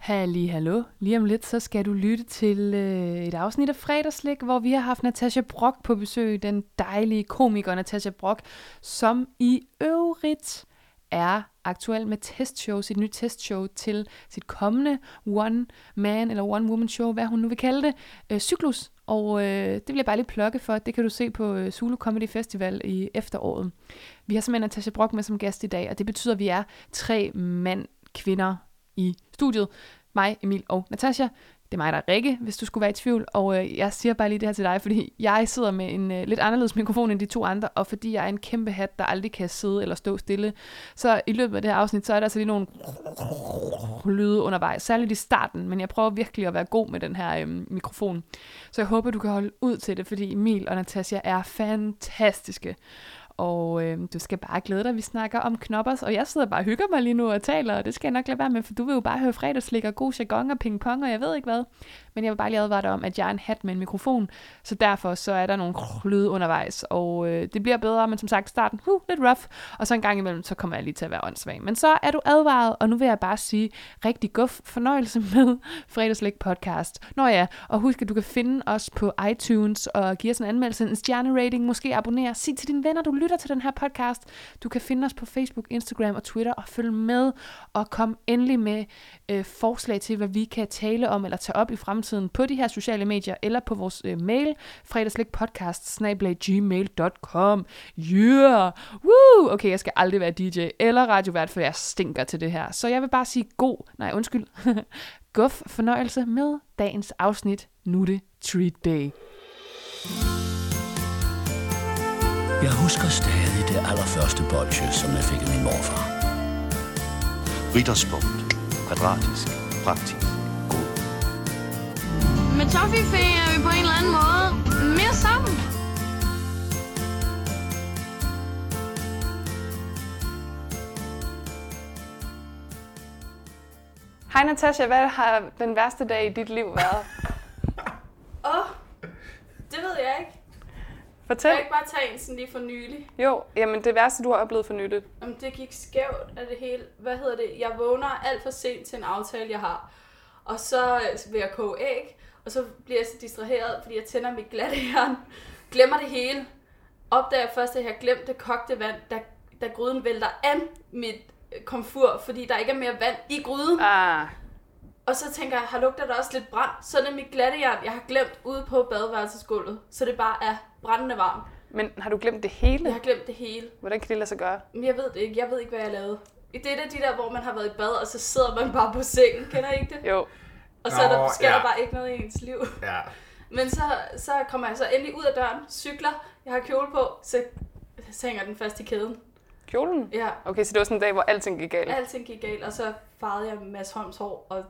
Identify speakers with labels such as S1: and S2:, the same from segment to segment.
S1: Halli, hallo. Lige om lidt, så skal du lytte til øh, et afsnit af Fredagslik, hvor vi har haft Natasha Brock på besøg, den dejlige komiker Natasha Brock, som i øvrigt er aktuel med testshow, sit nye testshow til sit kommende One Man eller One Woman Show, hvad hun nu vil kalde det, øh, Cyklus. Og øh, det vil jeg bare lige plukke for, det kan du se på øh, Zulu Comedy Festival i efteråret. Vi har simpelthen Natasha Brock med som gæst i dag, og det betyder, at vi er tre mand, kvinder i studiet. Mig, Emil og Natasha. Det er mig, der er Rikke, hvis du skulle være i tvivl. Og øh, jeg siger bare lige det her til dig, fordi jeg sidder med en øh, lidt anderledes mikrofon end de to andre, og fordi jeg er en kæmpe hat, der aldrig kan sidde eller stå stille. Så i løbet af det her afsnit, så er der altså lige nogle lyde undervejs, særligt i starten, men jeg prøver virkelig at være god med den her øh, mikrofon. Så jeg håber, du kan holde ud til det, fordi Emil og Natasha er fantastiske. Og øh, du skal bare glæde dig, vi snakker om knoppers, og jeg sidder bare og hygger mig lige nu og taler, og det skal jeg nok lade være med, for du vil jo bare høre fredagslik og god jargon og pingpong, og jeg ved ikke hvad. Men jeg vil bare lige advare dig om, at jeg er en hat med en mikrofon, så derfor så er der nogle lyde undervejs, og øh, det bliver bedre, men som sagt starten, huh, lidt rough, og så en gang imellem, så kommer jeg lige til at være åndssvag. Men så er du advaret, og nu vil jeg bare sige rigtig guf fornøjelse med fredagslik podcast. Nå ja, og husk, at du kan finde os på iTunes og give os en anmeldelse, en stjernerating, måske abonnere. Sig til dine venner, du lytter til den her podcast. Du kan finde os på Facebook, Instagram og Twitter og følge med og kom endelig med øh, forslag til, hvad vi kan tale om eller tage op i fremtiden på de her sociale medier eller på vores øh, mail, fredagslikpodcast.gmail.com. Yeah! Woo! Okay, jeg skal aldrig være DJ eller radiovært, for jeg stinker til det her. Så jeg vil bare sige god, nej undskyld, guf fornøjelse med dagens afsnit. Nu er det Treat Day.
S2: Jeg husker stadig det allerførste bolsje, som jeg fik af min morfar.
S3: Ritterspunkt. Kvadratisk. Praktisk. God.
S4: Med Toffifee er vi på en eller anden måde mere sammen.
S1: Hej Natasha, hvad har den værste dag i dit liv været?
S5: Åh, oh, det ved jeg ikke. Kan
S1: Fortæl.
S5: jeg ikke bare tage en sådan lige for nylig?
S1: Jo, jamen det værste, du har oplevet for nyligt.
S5: Om det gik skævt af det hele. Hvad hedder det? Jeg vågner alt for sent til en aftale, jeg har. Og så øh, vil jeg koge æg, og så bliver jeg så distraheret, fordi jeg tænder mit glatte jern. Glemmer det hele. Opdager først, at jeg har glemt det kogte vand, da, da gryden vælter an mit øh, komfur, fordi der ikke er mere vand i gryden.
S1: Ah.
S5: Og så tænker jeg, har lugter der også lidt brand? Så er det mit glattejern, jeg har glemt ude på badeværelsesgulvet. Så det bare er brændende varmt.
S1: Men har du glemt det hele?
S5: Jeg har glemt det hele.
S1: Hvordan kan det lade sig gøre?
S5: Men jeg ved det ikke. Jeg ved ikke, hvad jeg lavede. Det er et af de der, hvor man har været i bad, og så sidder man bare på sengen. Kender I ikke det?
S1: Jo.
S5: Og så er der,
S6: Nå,
S5: sker der
S6: ja.
S5: bare ikke noget i ens liv.
S6: Ja.
S5: Men så, så kommer jeg så endelig ud af døren, cykler, jeg har kjole på, så, så hænger den fast i kæden.
S1: Kjolen?
S5: Ja,
S1: Okay, så det var sådan en dag, hvor alting gik galt.
S5: alting gik galt, og så farvede jeg Mads Holms hår, og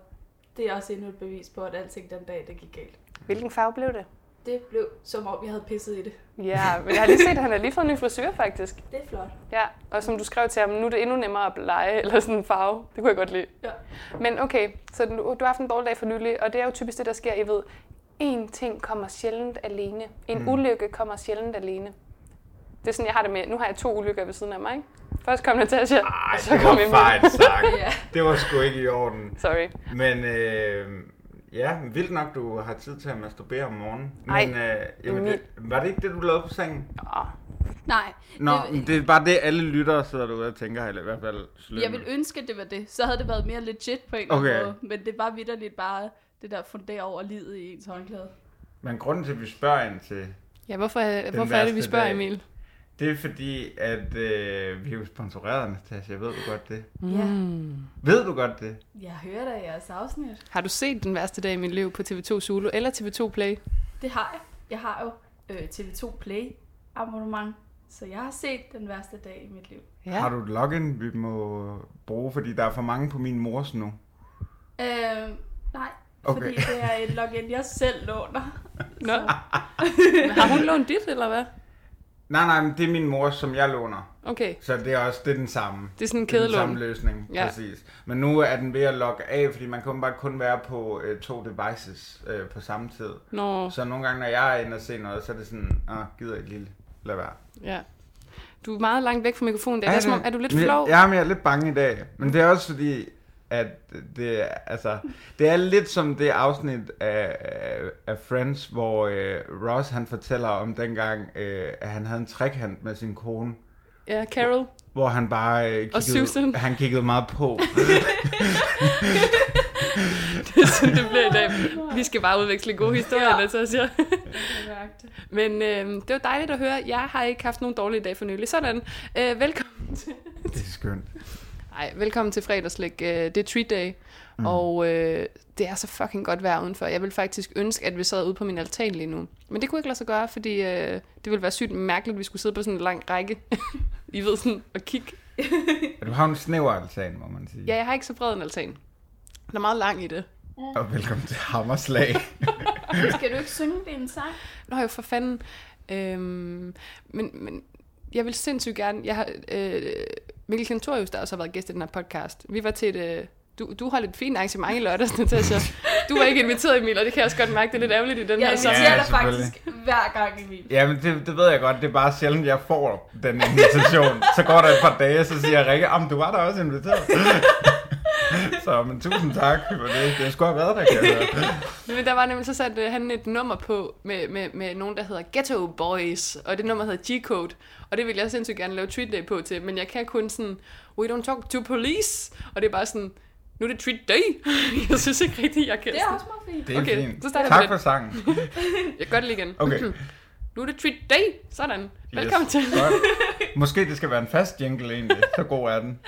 S5: det er også endnu et bevis på, at alting den dag, det gik galt.
S1: Hvilken farve blev det?
S5: Det blev som om, jeg havde pisset i det.
S1: Ja, men jeg har lige set, at han har lige fået en ny frisyr, faktisk.
S5: Det er flot.
S1: Ja, og som du skrev til ham, nu er det endnu nemmere at blege, eller sådan en farve. Det kunne jeg godt lide.
S5: Ja.
S1: Men okay, så du, du har haft en dårlig dag for nylig, og det er jo typisk det, der sker, I ved. En ting kommer sjældent alene. En mm. ulykke kommer sjældent alene. Det er sådan, jeg har det med. Nu har jeg to ulykker ved siden af mig, ikke? Først kom Natasha,
S6: Ej,
S1: og så
S6: det
S1: kom
S6: var
S1: Emil.
S6: fejl sagt.
S5: Ja.
S6: Det var sgu ikke i orden.
S1: Sorry.
S6: Men øh, ja, vildt nok, du har tid til at masturbere om morgenen.
S1: Ej,
S6: Men øh, jamen,
S1: Emil.
S6: det, var det ikke det, du lavede på sengen?
S5: Nej,
S6: Nå,
S5: det-
S6: det, det er bare det, alle lyttere sidder derude og tænker, eller i hvert fald slynge.
S5: Jeg ville ønske, at det var det. Så havde det været mere legit på en eller anden
S6: Okay.
S5: måde. Men det var vidderligt bare det der fundere over livet i ens håndklæde.
S6: Men grunden til, at vi spørger ind til,
S1: Ja, hvorfor, øh,
S6: hvorfor er det, vi værste spørger dag. Emil? det er fordi, at øh, vi er jo sponsoreret, Natasha. Ved du godt det?
S5: Mm.
S6: Ved du godt det?
S5: Ja, jeg hører da jeres afsnit.
S1: Har du set den værste dag i mit liv på TV2 Zulu eller TV2 Play?
S5: Det har jeg. Jeg har jo øh, TV2 Play abonnement. Så jeg har set den værste dag i mit liv.
S1: Ja.
S6: Har du et login, vi må bruge? Fordi der er for mange på min mors nu.
S5: Øh, nej,
S6: Okay.
S5: fordi det er et login, jeg selv låner.
S1: Nå. har hun lånt dit, eller hvad?
S6: Nej, nej, men det er min mors, som jeg låner.
S1: Okay.
S6: Så det er også det er den samme.
S1: Det er sådan en
S6: Det er den
S1: kædelån.
S6: samme løsning,
S1: Ja.
S6: ja. præcis. Men nu er den ved at logge af, fordi man kan bare kun være på øh, to devices øh, på samme tid.
S1: Nå,
S6: Så nogle gange, når jeg er inde og se noget, så er det sådan, åh, gider I lille, lad være.
S1: ja. Du er meget langt væk fra mikrofonen. Det er, er, som om, er du lidt flov?
S6: Ja, men jeg er lidt bange i dag. Men det er også fordi, at det, altså, det er lidt som det afsnit af, af- af Friends, hvor øh, Ross han fortæller om dengang, øh, at han havde en trekant med sin kone,
S7: Ja, Carol.
S6: hvor han bare øh,
S7: Og Susan.
S6: kiggede, han kiggede meget på.
S7: Det er sådan, det bliver i dag. Vi skal bare udveksle gode historier,
S5: Ja.
S7: ja. så siger.
S5: kan mærke det.
S7: Men øh,
S1: øhm,
S7: det var dejligt at høre. Jeg har ikke haft nogen dårlige dage for nylig. Sådan. Øh, velkommen til...
S6: det er skønt.
S7: Ej, velkommen til fredagslæg. Øh, det er treat day, mm. og øh, det er så fucking godt vejr udenfor. Jeg ville faktisk ønske, at vi sad ude på min altan lige nu. Men det kunne ikke lade sig gøre, fordi øh, det ville være sygt mærkeligt, at vi skulle sidde på sådan en lang række. I ved sådan, og kigge.
S6: Og Du har jo en snæver altan, må man sige.
S7: Ja, jeg har ikke så bred en altan. Den er meget lang i det.
S6: Og velkommen til Hammerslag.
S5: Skal du ikke synge din sang?
S7: Nå jo, for fanden. Øhm, men, men jeg vil sindssygt gerne... Jeg har, øh, Mikkel Kentorius, der også har været gæst i den her podcast. Vi var til et... Øh, du, du holdt et fint arrangement i lørdags, Natasha. Du var ikke inviteret, Emil, og det kan jeg også godt mærke. Det er lidt ærgerligt i den
S5: Ja,
S7: her
S5: vi
S7: sang.
S5: siger
S6: Ja,
S5: dig faktisk hver gang, Emil.
S6: Jamen, det, det ved jeg godt. Det er bare sjældent, jeg får den invitation. så går der et par dage, så siger Rikke, om du var der også inviteret. så, men tusind tak for det. Det skulle have været der, kan jeg høre.
S7: Men der var nemlig så sat øh, han et nummer på med, med, med nogen, der hedder Ghetto Boys, og det nummer hedder G-Code, og det vil jeg sindssygt gerne lave treat day på til, men jeg kan kun sådan, we don't talk to police, og det er bare sådan, nu er det treat day. jeg synes ikke rigtigt, jeg kan
S5: Det er også meget fint.
S6: Det er
S7: Okay,
S6: okay, fint.
S7: så starter vi
S6: tak
S7: den.
S6: for sangen.
S7: Jeg gør det lige igen.
S6: Okay.
S7: Nu er det treat day. Sådan. Velkommen yes. til.
S6: Godt. Måske det skal være en fast jingle egentlig. Så god er den.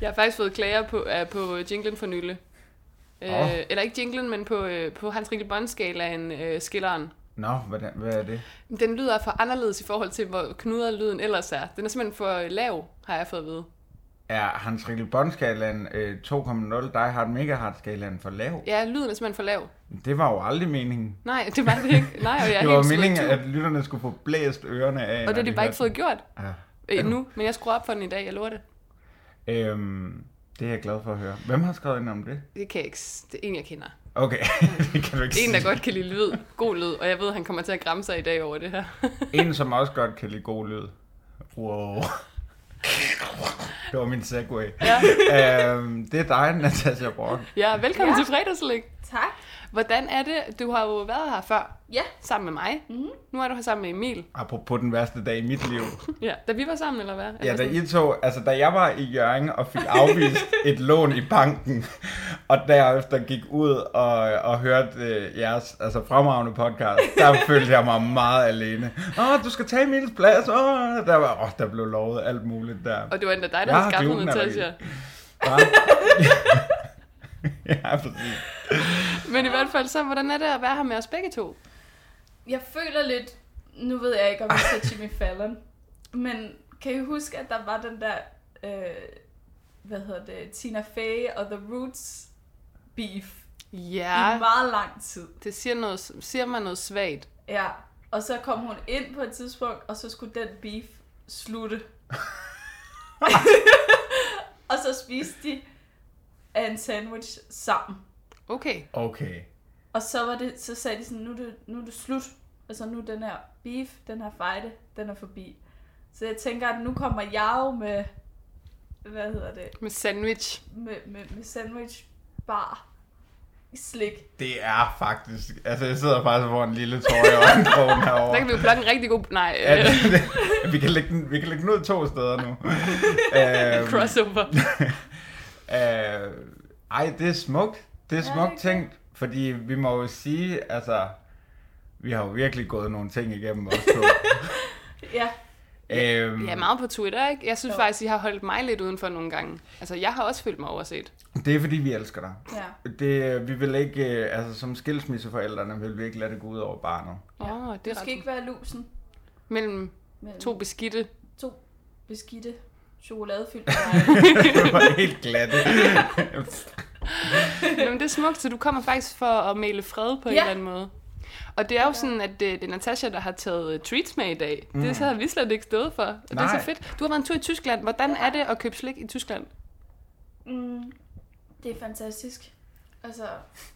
S7: Jeg har faktisk fået klager på, uh, på jinglen for nylig. Uh,
S6: Åh.
S7: Eller ikke jinglen, men på, uh, på Hans Rikkel Båndskalaen uh, skilleren.
S6: Nå, hvordan, hvad er det?
S7: Den lyder for anderledes i forhold til, hvor knudret lyden ellers er. Den er simpelthen for lav, har jeg fået at vide.
S6: Er Hans Rikkel Bond-skalaen øh, 2,0 Die Hard Mega Hard-skalaen for lav?
S7: Ja, lyden er simpelthen for lav.
S6: Det var jo aldrig meningen.
S7: Nej, det var det ikke. Nej, og jeg er
S6: Det var
S7: helt
S6: meningen,
S7: meningen,
S6: at lytterne skulle få blæst ørerne af.
S7: Og det
S6: når
S7: har de bare
S6: hørte
S7: ikke fået gjort
S6: den. Ja.
S7: øh, endnu. Men jeg skruer op for den i dag, jeg lover det.
S6: Øhm, det er jeg glad for at høre. Hvem har skrevet ind om det?
S7: Det kan jeg ikke. s- Det er en, jeg kender.
S6: Okay, det kan du ikke
S7: En,
S6: sige.
S7: der godt kan lide lyd. God lyd. Og jeg ved, han kommer til at græmme sig i dag over det her.
S6: En, som også godt kan lide god lyd. Wow. Det var min segway. Ja. Øhm, det er dig, Natasha Brock.
S7: Ja, velkommen ja. til fredagslæg.
S5: Tak.
S7: Hvordan er det? Du har jo været her før,
S5: Ja,
S7: sammen med mig. Mm-hmm. Nu er du her sammen med Emil.
S6: Apropos den værste dag i mit liv.
S7: Ja, da vi var sammen, eller hvad?
S6: Ja,
S7: Eller
S6: da
S7: sådan-
S6: I to, altså da jeg var i Jørgen og fik afvist et lån i banken, og derefter gik ud og, og hørte øh, jeres altså, fremragende podcast, der følte jeg mig meget alene. Åh, du skal tage Emils plads, åh, der, var, åh, der blev lovet alt muligt der.
S7: Og det var endda dig, der
S6: Jeg
S7: havde
S6: har
S7: skaffet
S6: glutenallergi.
S7: Natasha.
S6: Hva? ja, præcis.
S7: Men i hvert fald så, hvordan er det at være her med os begge to?
S5: jeg føler lidt, nu ved jeg ikke, om jeg ser Jimmy Fallon, men kan I huske, at der var den der, øh, hvad hedder det, Tina Fey og The Roots beef ja. i
S7: Ja,
S5: meget lang tid.
S7: det siger, noget, siger mig noget svagt.
S5: Ja, og så kom hun ind på et tidspunkt, og så skulle den beef slutte. og så spiste de en sandwich sammen.
S7: Okay.
S6: Okay.
S5: Og så, var det, så sagde de sådan, nu er, det, nu er det slut. Altså nu er den her beef, den her fight, den er forbi. Så jeg tænker, at nu kommer jeg jo med, hvad hedder det,
S7: Med sandwich.
S5: med, med, med sandwich bar i slik.
S6: Det er faktisk, altså jeg sidder faktisk foran en lille tår i øjenkrogen herovre.
S7: Der kan vi jo plukke en rigtig god... Nej,
S6: Ja,
S7: øh,
S6: det- det- vi, kan lægge den, vi kan lægge den ud to steder nu. øhm,
S7: crossover.
S6: øh, ej, det er smukt. Det er
S5: Ja,
S6: smukt
S5: det er
S6: tænkt, fordi vi må jo sige, altså, vi har jo virkelig gået nogle ting igennem os to.
S5: Ja,
S6: øhm,
S7: Ja, meget på Twitter, ikke? Jeg synes
S5: Jo.
S7: faktisk, I har holdt mig lidt udenfor nogle gange. Altså, jeg har også følt mig overset.
S6: det er fordi, vi elsker dig.
S5: ja.
S6: Det, vi vil ikke, øh, altså som skilsmisseforældrene, vil vi ikke lade det gå ud over barnet.
S7: Åh, oh, det
S5: Du
S7: er
S5: skal
S7: ret.
S5: ikke være lusen
S7: Mellem
S5: mellem
S7: to beskidte
S5: to beskidte chokoladefyldte veje.
S6: Det var helt glat.
S7: Jamen, det er smukt, så du kommer faktisk for at male fred på ja. en
S5: Ja.
S7: eller anden måde. Og det er jo sådan, at øh, det, det er Natasha, der har taget øh, treats med i dag. Mm. Det så har vi slet ikke stået for. Og det er
S6: Nej.
S7: så fedt. Du har været en tur i Tyskland. Hvordan er det at købe slik i Tyskland?
S5: mm, det er fantastisk. Altså,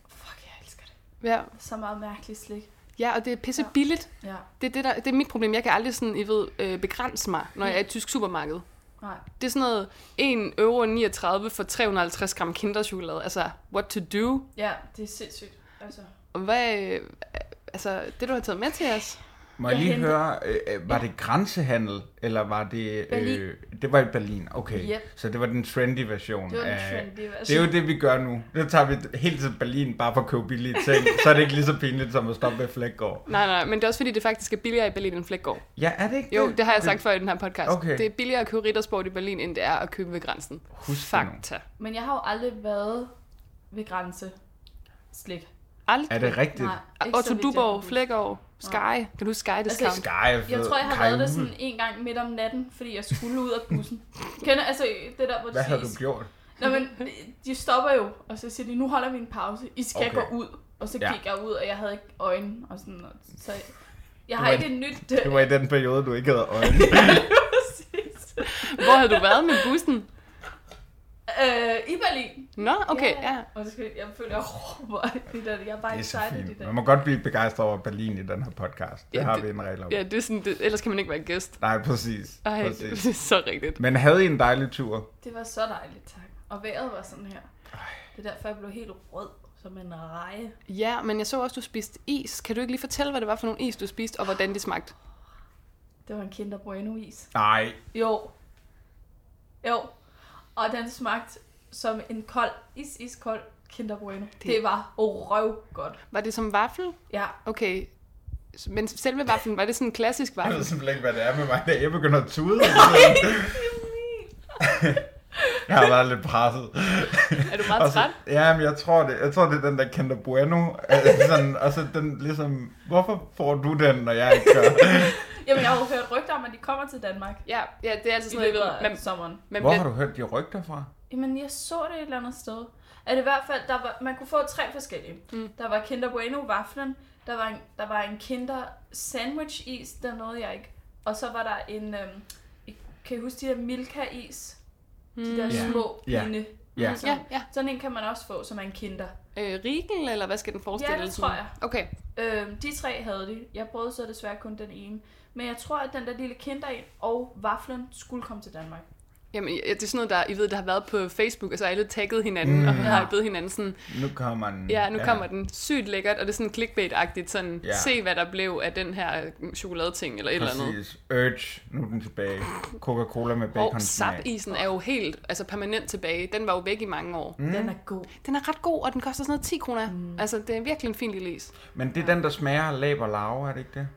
S5: fuck, jeg elsker det.
S7: Ja,
S5: Så meget mærkeligt slik.
S7: ja og det er pisse billigt.
S5: Ja.
S7: Det er, det, der, det er mit problem. Jeg kan aldrig sådan, I ved, øh, begrænse mig, når jeg er i et tysk supermarked.
S5: Nej.
S7: Det er sådan noget 1 euro 39 for 350 gram kinderchokolade. Altså, what to do?
S5: Ja, det er sindssygt. Altså.
S7: Og Hvad, øh, altså, det du har taget med til os?
S6: Må jeg
S5: Jeg
S6: lige
S5: henter-
S6: høre, øh, øh, var det grænsehandel, eller var det... øh,
S5: Berlin.
S6: det var i Berlin, okay.
S5: Yep.
S6: Så det var den trendy version.
S5: Det var den
S6: af-
S5: trendy version.
S6: Det er jo det, vi gør nu. Nu tager vi helt til Berlin bare for at købe billige ting. så er det ikke lige så pinligt som at stoppe ved Flækgaard.
S7: Nej, nej, men det er også fordi, det faktisk er billigere i Berlin end Flækgaard.
S6: Ja, er det ikke
S7: Jo,
S6: det?
S7: det har jeg sagt før i den her podcast.
S6: Okay.
S7: Det er billigere at købe riddersport i Berlin, end det er at købe ved grænsen.
S6: Husk det nu.
S7: Fakta.
S5: Men jeg har jo aldrig været ved grænse slik.
S7: Aldrig.
S6: Er det rigtigt?
S5: Nej, ikke så
S7: Otto
S5: vidt, jeg kan
S7: Duborg,
S5: huske.
S7: Flækgaard, Sky. Kan du huske Sky det
S5: Altså,
S7: altså,
S5: Sky.
S6: Sky,
S5: Jeg
S6: fed,
S5: tror, jeg har været der
S6: kajul.
S5: sådan en gang midt om natten, fordi jeg skulle ud af bussen. Kender, altså det der, hvor
S6: Hvad har
S5: de
S6: du
S5: siger,
S6: gjort?
S5: Nå, men de stopper jo, og så siger de, nu holder vi en pause, I skal
S6: Okay.
S5: okay. gå ud. Og så
S6: Ja.
S5: gik jeg ud, og jeg havde ikke øjne og sådan noget. Så jeg
S6: var
S5: har ikke et nyt... øh,
S6: Det var i den periode, du ikke havde øjne.
S5: Præcis.
S7: Hvor havde du været med bussen?
S5: Øh, I Berlin.
S7: Nå, okay, ja. ja.
S5: Og så skal jeg, jeg føler, jeg råber. Det der, jeg er bare
S6: Det er så
S5: excited i
S6: fint.
S5: dag.
S6: Man må godt blive begejstret over Berlin i den her podcast. Det
S7: Ja,
S6: har
S7: det-
S6: vi en regel om.
S7: Ja, det er sådan, det, ellers kan man ikke være gæst.
S6: Nej, præcis.
S7: Ej, det,
S6: præcis.
S7: det er så rigtigt.
S6: Men havde I en dejlig tur?
S5: Det var så dejligt, tak. Og vejret var sådan her. Det er derfor, jeg blev helt rød som en reje.
S7: Ja, men jeg så også, du spiste is. Kan du ikke lige fortælle, hvad det var for nogle is, du spiste, og hvordan de smagte?
S5: Det var en Kinder Bueno is.
S6: Nej,
S5: Jo. Jo. Og den smagte som en kold, is, is kold Kinder Bueno. Det, det var røv godt.
S7: Var det som vaffel?
S5: Ja.
S7: Okay. Men selve vaflen, var det sådan en klassisk
S6: Jeg ved
S7: vaffel?
S6: simpelthen ikke, hvad det er med mig, da jeg begynder at tude. Nej. jeg har været lidt presset.
S7: Er du
S6: Og
S7: meget
S6: så,
S7: træt?
S6: ja, men jeg tror det. Jeg tror, det er den der Kinder Bueno. øh, sådan, og så den ligesom, hvorfor får du den, når jeg ikke gør?
S5: Jamen, jeg har jo hørt rygter om, at de kommer til Danmark.
S7: Ja, ja, det er altså
S5: I
S7: sådan
S5: løbet
S7: noget,
S5: af
S7: man,
S5: sommeren.
S7: man,
S6: Hvor
S7: bliver,
S6: har du hørt de rygter fra?
S5: Jamen, jeg så det et eller andet sted. At i hvert fald, der var, man kunne få tre forskellige. Mm. Der var Kinder Bueno vaflen, der var en, der var en Kinder sandwich is, der nåede jeg ikke. Og så var der en, øhm, I- kan I huske de der Milka is? De der
S6: Ja.
S5: små
S6: Ja.
S5: pinde.
S6: Ja.
S5: Sådan,
S7: Ja, ja.
S5: sådan en kan man også få, som er en Kinder.
S7: øh, rigel, eller hvad skal den forestille?
S5: Ja, det
S7: Sådan-
S5: tror jeg.
S7: Okay,
S5: Øhm, de tre havde de. Jeg prøvede så desværre kun den ene. Men jeg tror, at den der lille Kinder en og vaflen skulle komme til Danmark.
S7: Jamen, ja, det er sådan noget, der, I ved, der har været på Facebook, og så har alle tagget hinanden, mm. og har bedt hinanden sådan,
S6: Nu kommer den.
S7: ja, nu ja. kommer den sygt lækkert, og det er sådan clickbait-agtigt, sådan,
S6: Ja.
S7: ja. se hvad der blev af den her øh, chokoladeting, eller et eller andet.
S6: Præcis. Urge, nu er den tilbage. Coca-Cola med bacon.
S7: Og sapisen er jo helt, altså permanent tilbage. Den var jo væk i mange år. Mm.
S5: Mm. Den er god.
S7: Den er ret god, og den koster sådan noget 10 kroner. Mm. Altså, det er virkelig en fin lille is.
S6: Men det er den, der smager af lab og larve, er det ikke det?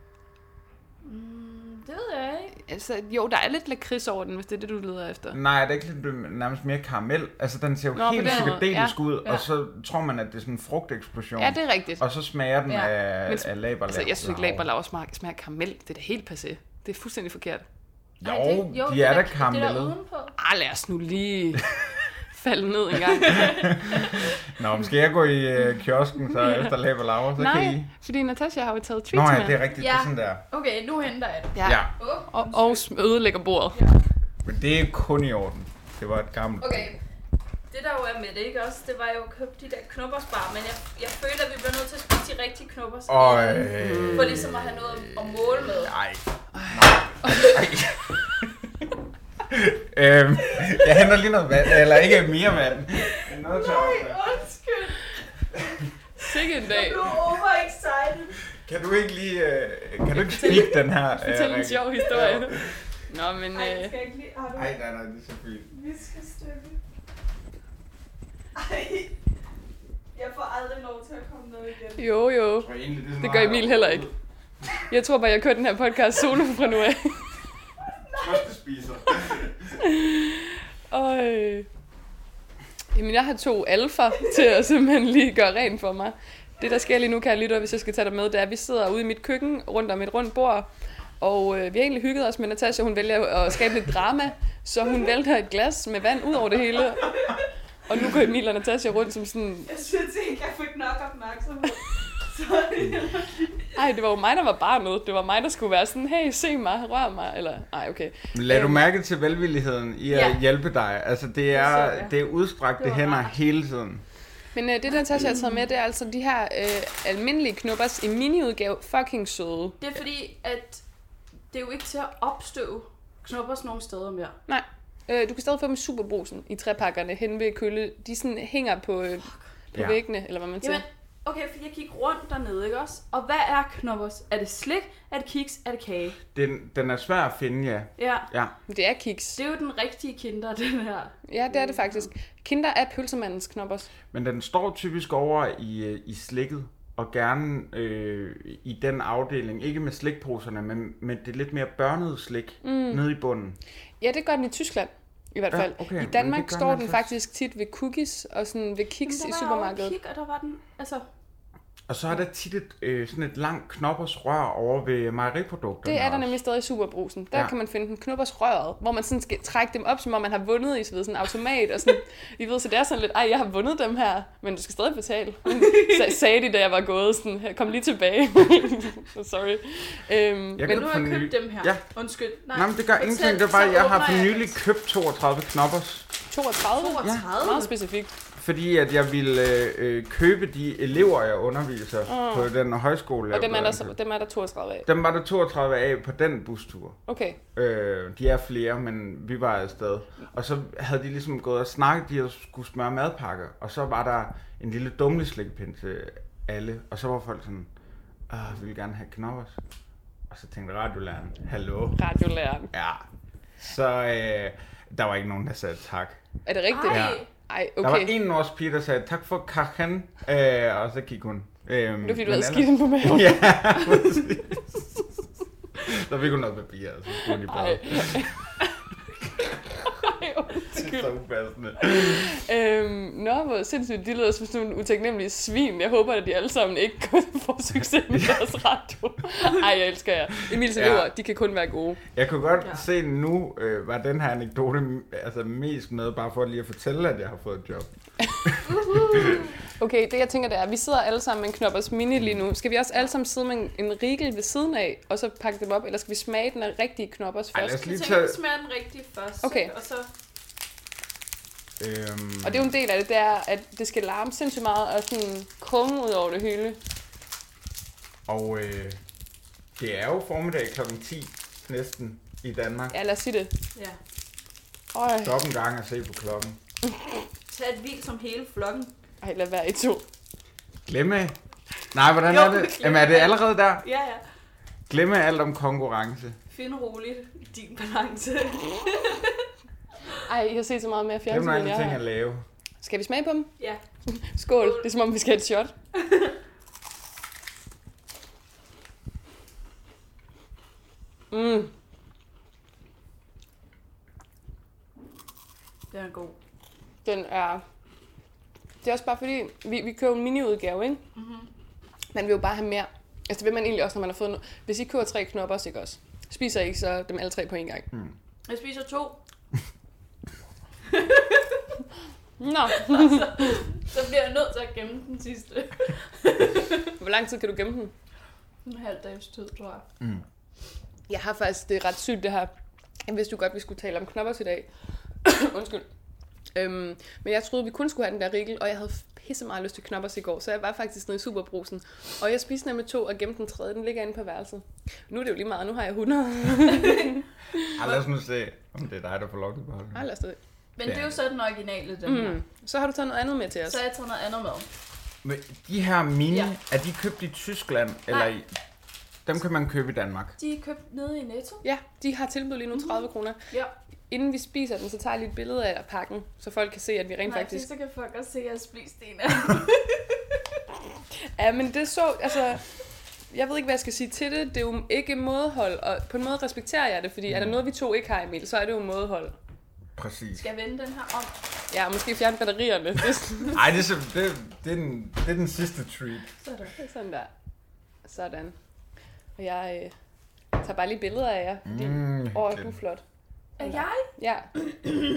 S5: Det ved jeg ikke.
S7: Altså, jo, der er lidt lakrids over den, hvis det er det, du leder efter.
S6: Nej, det er ikke lidt, nærmest mere karamel. Altså, den ser jo
S7: Nå, på
S6: helt
S7: den måde,
S6: psykedelisk
S7: ja.
S6: ud,
S5: Ja.
S6: og så tror man, at det er sådan en frugteksplosion.
S7: Ja, det er rigtigt.
S6: Og så smager den
S5: Ja.
S6: af,
S7: Men-
S6: af laberlav.
S7: Altså, jeg synes ikke, laberlav smager, smager af karamel. Det er da helt passé. Det er fuldstændig forkert.
S6: Jo,
S5: Ej, det-
S6: de er
S5: det
S6: da
S5: Det er der
S6: karamellet.
S5: udenpå.
S7: Ah, lad os nu lige falde ned en gang.
S6: Nå, men skal jeg gå i øh, kiosken så efter laberlav, så kan I...
S7: Nej, fordi Natasha har jo taget
S6: Nå
S7: treats
S6: ja,
S7: med.
S6: det er rigtigt, ja. det er
S5: Ja.
S6: sådan der.
S5: Okay, nu henter jeg det.
S7: Ja.
S6: Ja,
S7: ja. Og, og sm- ødelægger bordet. Ja.
S6: men det er kun i orden. Det var et gammelt...
S5: Okay. Det der jo er med det, ikke også? Det var jo at købe de der knoppersbar, men jeg, jeg følte, at vi bliver nødt til at spise de rigtige knoppers.
S6: Og... øh,
S5: For ligesom at have noget at, at måle med.
S6: Nej. Nej. øhm, jeg henter lige noget vand, eller ikke mere vand. Men Noget Nej.
S5: Undskyld,
S7: Sikke en dag.
S5: du er overexcited.
S6: Kan du ikke lige, øh, kan du ikke speak den her? øh,
S7: Fortæl en
S6: Rikke?
S7: sjov historie. Nå, men
S5: Ej,
S7: øh,
S5: skal jeg ikke lige... Har du
S6: Ej, nej, nej, det er så fint.
S5: viskestykke? Ej, jeg får aldrig lov til at komme ned igen.
S7: jo jo.
S6: Og egentlig, det, er så
S7: Det
S6: meget
S7: gør Emil heller ikke. Jeg tror bare, jeg kører den her podcast solo fra nu af.
S6: Kostespiser.
S7: Og, øh, jamen, jeg har to alfa til at simpelthen lige gøre rent for mig. Det, der sker lige nu, kan jeg lytte, hvis jeg skal tage dig med, det er, at vi sidder ude i mit køkken rundt om et rundt bord, og øh, vi har egentlig hygget os med Natasha. Hun vælger at skabe lidt drama, så hun vælter et glas med vand ud over det hele. Og nu går Emil og Natasha rundt som sådan,
S5: Jeg synes ikke, jeg fik nok opmærksomhed.
S7: ej, det var jo mig, der var barnet. Det var mig, der skulle være sådan, hey, se mig, rør mig, eller, ej, okay.
S6: Lad du mærke til velvilligheden i at ja.
S5: Øhm, Ja.
S6: hjælpe dig. Altså, det
S5: Det så
S6: er,
S5: jeg.
S6: det er udstrakte
S5: Det var
S6: hænder
S5: rart.
S6: hele tiden.
S7: Men øh, det, der Natasha har taget med, det er altså de her øh, almindelige knuppers i miniudgave, fucking søde.
S5: Det er fordi, at det er jo ikke til at opstøve knoppers nogen steder mere.
S7: Nej. Øh, du kan stadig få dem i superbrusen i træpakkerne hen ved kølle. De sådan hænger på, øh, på
S6: Ja.
S7: ja. væggene, eller hvad man siger.
S5: Jamen, okay, for jeg gik rundt dernede, ikke også? Og hvad er knoppers? Er det slik? Er det kiks? Er det kage?
S6: Den, den er svær at finde, ja.
S5: Ja,
S6: ja.
S7: Jamen. Det er kiks.
S5: det er jo den rigtige kinder, den her.
S7: Ja, det er det faktisk. Kinder er pølsemandens knoppers.
S6: Men den står typisk over i, øh, i slikket, og gerne øh, i den afdeling. Ikke med slikposerne, men med det lidt mere børnede slik mm. nede i bunden.
S7: Ja, det gør den i Tyskland i hvert
S6: Ja,
S7: fald.
S6: okay,
S7: I
S6: men det
S7: Danmark
S6: gør altså.
S7: står
S6: man
S7: den
S6: først.
S7: faktisk tit ved cookies og sådan ved
S5: Men
S7: kiks
S5: der
S7: i
S5: var jeg
S7: supermarkedet.
S5: over og kig, og der var den, altså...
S6: Og så er der tit et, øh, sådan et langt knoppers rør over ved mejeriprodukterne
S7: Det er der
S6: også.
S7: nemlig stadig i Superbrusen. Der
S6: Ja.
S7: ja. kan man finde den knoppers røret, hvor man sådan skal trække dem op, som om man har vundet i så ved, sådan en automat. Og sådan, I ved, så det er sådan lidt, ej, jeg har vundet dem her, men du skal stadig betale. Sa- sagde de, da jeg var gået, sådan, "Her, kom lige tilbage. Sorry. Øhm,
S6: Jeg
S7: men
S5: Men nu har jeg
S6: for
S5: købt
S6: nylig-
S5: dem her.
S6: Ja.
S5: Undskyld. Nej,
S6: Nej, men det gør
S5: fortæl,
S6: ingenting. Det
S5: så
S6: var, at jeg har
S5: åbner
S6: for nylig købt 32 knoppers.
S7: 32,
S5: 32?
S7: meget specifikt.
S6: Fordi at jeg ville øh, øh, købe de elever, jeg underviser mm. på den højskole. jeg
S7: Og dem er,
S6: blev
S7: der,
S6: ansat.
S7: så- dem er der 32 af.
S6: dem var der 32 af på den bustur.
S7: Okay.
S6: Øh, de er flere, men vi var afsted. Og så havde de ligesom gået og snakket, de havde skulle smøre madpakker. Og så var der en lille dumle slikkepind til alle. Og så var folk sådan, Åh, vi vil gerne have knoppers. Og så tænkte radiolæreren, hallo.
S7: Radiolæreren.
S6: Ja. Så øh, der var ikke nogen, der sagde tak.
S7: Er det rigtigt?
S5: Ej.
S7: Ej,
S6: Der var
S7: okay.
S6: en norsk pige, der sagde, tak for kakken, øh, og så gik hun. Øhm,
S7: Det
S6: men
S7: var fordi, du havde
S6: ellers-
S7: skidt den på maven.
S6: Ja, præcis. Så fik hun noget papir, altså. Hun i
S7: Ej.
S6: badet.
S7: Ej,
S6: Det er
S7: undskyld.
S6: så upassende.
S7: Øhm, nå, hvor sindssygt. De lyder som sådan nogle utaknemmelige svin. Jeg håber, at de alle sammen ikke kun får succes med deres radio. Ej, jeg elsker jer. Emils
S6: Ja.
S7: elever, de kan kun være gode.
S6: Jeg kunne godt
S5: Ja.
S6: ja. se nu, øh, var den her anekdote m- altså, mest med, bare for lige at fortælle, at jeg har fået et job.
S7: Okay, det jeg tænker, det er, at vi sidder alle sammen med en Knoppers Mini lige nu. Skal vi også alle sammen sidde med en, en rigel ved siden af, og så pakke dem op? Eller skal vi smage den af rigtige Knoppers
S6: Ej,
S7: først?
S6: lad os
S5: Jeg
S6: lige
S5: tænker,
S6: tage...
S5: at smager den rigtig først.
S7: Okay.
S5: Og så...
S6: Øhm,
S7: Og det er jo en del af det, det er, at det skal larme sindssygt meget og sådan krumme ud over det hele.
S6: og øh, det er jo formiddag kl. 10 næsten i Danmark.
S7: Ja, lad os sige det.
S5: Ja.
S7: Øj.
S6: Stop en gang og se på klokken.
S5: Tag et vild som hele flokken.
S7: Ej, lad være i to.
S6: Glemme. Nej, hvordan
S5: Jo,
S6: er det?
S5: glemme.
S6: Jamen, er det allerede der?
S5: Ja, ja.
S6: Glemme alt om konkurrence.
S5: Find roligt din balance.
S7: Ej, jeg har set så meget mere
S6: Glemme
S7: fjernsyn,
S6: alle
S7: end jeg
S6: de ting at
S7: har.
S6: lave.
S7: Skal vi smage på dem?
S5: ja.
S7: Skål. Det er som om, vi skal have et shot. Mm.
S5: Den er god.
S7: Den er... Det er også bare fordi, vi, vi køber en miniudgave, ikke? Mm-hmm. Man vil jo bare have mere. Altså det vil man egentlig også, når man har fået noget. Hvis I køber tre knopper, så ikke også? Spiser I ikke så dem alle tre på en gang? Mm.
S5: Jeg spiser to.
S7: Nå,
S5: Så bliver jeg nødt til at gemme den sidste.
S7: hvor lang tid kan du gemme den?
S5: En halv dags tid, tror jeg.
S7: Jeg har faktisk, det er ret sygt det her. Jeg vidste jo godt, vi skulle tale om knopper i dag. Undskyld. Øhm, men jeg troede, vi kun skulle have den der rigel, og jeg havde pisse meget lyst til knoppers i går, så jeg var faktisk nede i superbrusen. Og jeg spiste nemlig to og gemte den tredje, den ligger inde på værelset. Nu er det jo lige meget, nu har jeg 100.
S6: Ej, lad os nu se, om det er dig, der får lov til at beholde den.
S7: Ej, lad os da det.
S5: Men det er jo så den originale, den her.
S7: Mm. Så har du taget noget andet med til os.
S5: Så jeg tager noget andet med.
S6: Men de her mini,
S5: Ja.
S6: ja. er de købt i Tyskland? Eller i, dem kan man købe i Danmark.
S5: De er købt nede i Netto.
S7: Ja, de har tilbud lige nu
S5: Mhm.
S7: 30 kroner.
S5: Ja.
S7: Inden vi spiser den, så tager jeg lige et billede af pakken, så folk kan se, at vi rent
S5: Nej,
S7: faktisk...
S5: fordi så kan folk også se, at jeg har spist en af
S7: Ja, men det så, altså, jeg ved ikke, hvad jeg skal sige til det. Det er jo ikke mådehold, og på en måde respekterer jeg det, fordi er der noget, vi to ikke har, Emil, så er det jo mådehold.
S6: Præcis.
S5: Skal jeg vende den her om?
S7: Ja, og måske fjerne batterierne. Det er sådan-
S6: Ej, det er, så- det, det, er den, det er den sidste treat.
S5: Sådan.
S7: det er sådan der. Sådan. Og jeg øh, tager bare lige billeder af jer. fordi- Åh,
S6: Mm,
S7: mm, oh, du er
S6: hyggeligt.
S7: flot.
S5: Er jeg?
S7: Ja.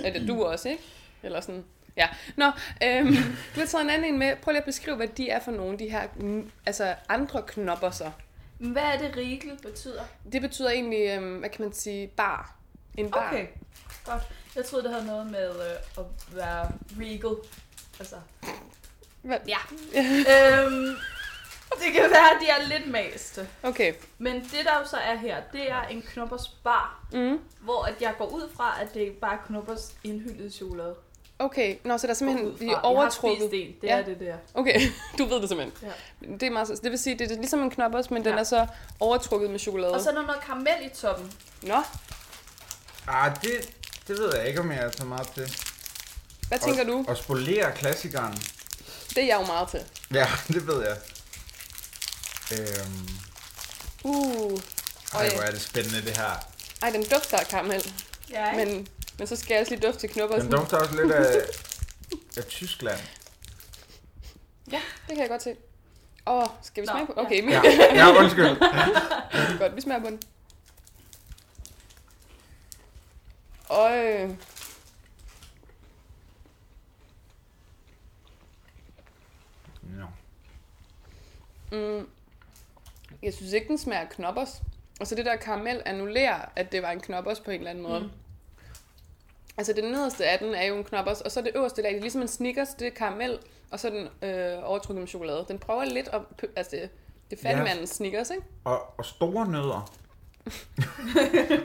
S7: Eller du også, ikke? Eller sådan. Ja. Nå, øhm, du har taget en anden en med. Prøv lige at beskrive, hvad de er for nogle, de her mm, altså andre knopper så.
S5: Men Hvad er det, rigel betyder?
S7: Det betyder egentlig, øhm, hvad kan man sige, bar. En bar.
S5: Okay, godt. Jeg troede, det havde noget med øh, at være regal. Altså.
S7: Hvad?
S5: Ja. øhm, Det kan være, at de er lidt mast.
S7: Okay.
S5: Men det, der jo så er her, det er en knoppers bar,
S7: Mm.
S5: hvor at jeg går ud fra, at det er bare knoppers indhyldet chokolade.
S7: Okay, nå, så der er
S5: Går
S7: simpelthen
S5: ud fra.
S7: lige
S5: Jeg har
S7: overtrukket.
S5: spist en. Det
S7: Ja.
S5: er det der.
S7: Okay, du ved det simpelthen.
S5: Ja.
S7: Ja. Det, er meget, så- det vil sige, det er ligesom en knop også, men den
S5: Ja.
S7: er så overtrukket med chokolade.
S5: Og så er der noget karamel i toppen.
S7: Nå,
S6: Ah, det, det ved jeg ikke, om jeg er så meget til.
S7: hvad tænker du?
S6: Og spolere klassikeren.
S7: Det er jeg jo meget til.
S6: Ja, det ved jeg. Øhm,
S7: Uh,
S6: ej,
S7: Oj.
S6: hvor er det spændende, det her.
S7: ej, den dufter af karamel.
S5: Ja, ikke?
S7: Men, men så skal jeg også lige dufte til knopper.
S6: Den dufter også lidt af, af Tyskland.
S7: Ja, det kan jeg godt se. Åh, oh, skal vi
S5: Nå,
S7: smage på?
S5: ja.
S7: Okay,
S6: Ja,
S7: ja.
S6: ja undskyld.
S7: godt, vi smager på den. Øj.
S6: Nå.
S7: Mm. Jeg synes ikke, den smager af knoppers. Og så det der karamel annullerer, at det var en knoppers på en eller anden måde. Mm. Altså det nederste af den er jo en knoppers, og så det øverste lag, det er ligesom en Snickers, det er karamel, og så er den øh, overtrukket med chokolade. Den prøver lidt at... pø- Altså det, det er fattigmandens Snickers, ikke?
S6: Og, og store nødder. det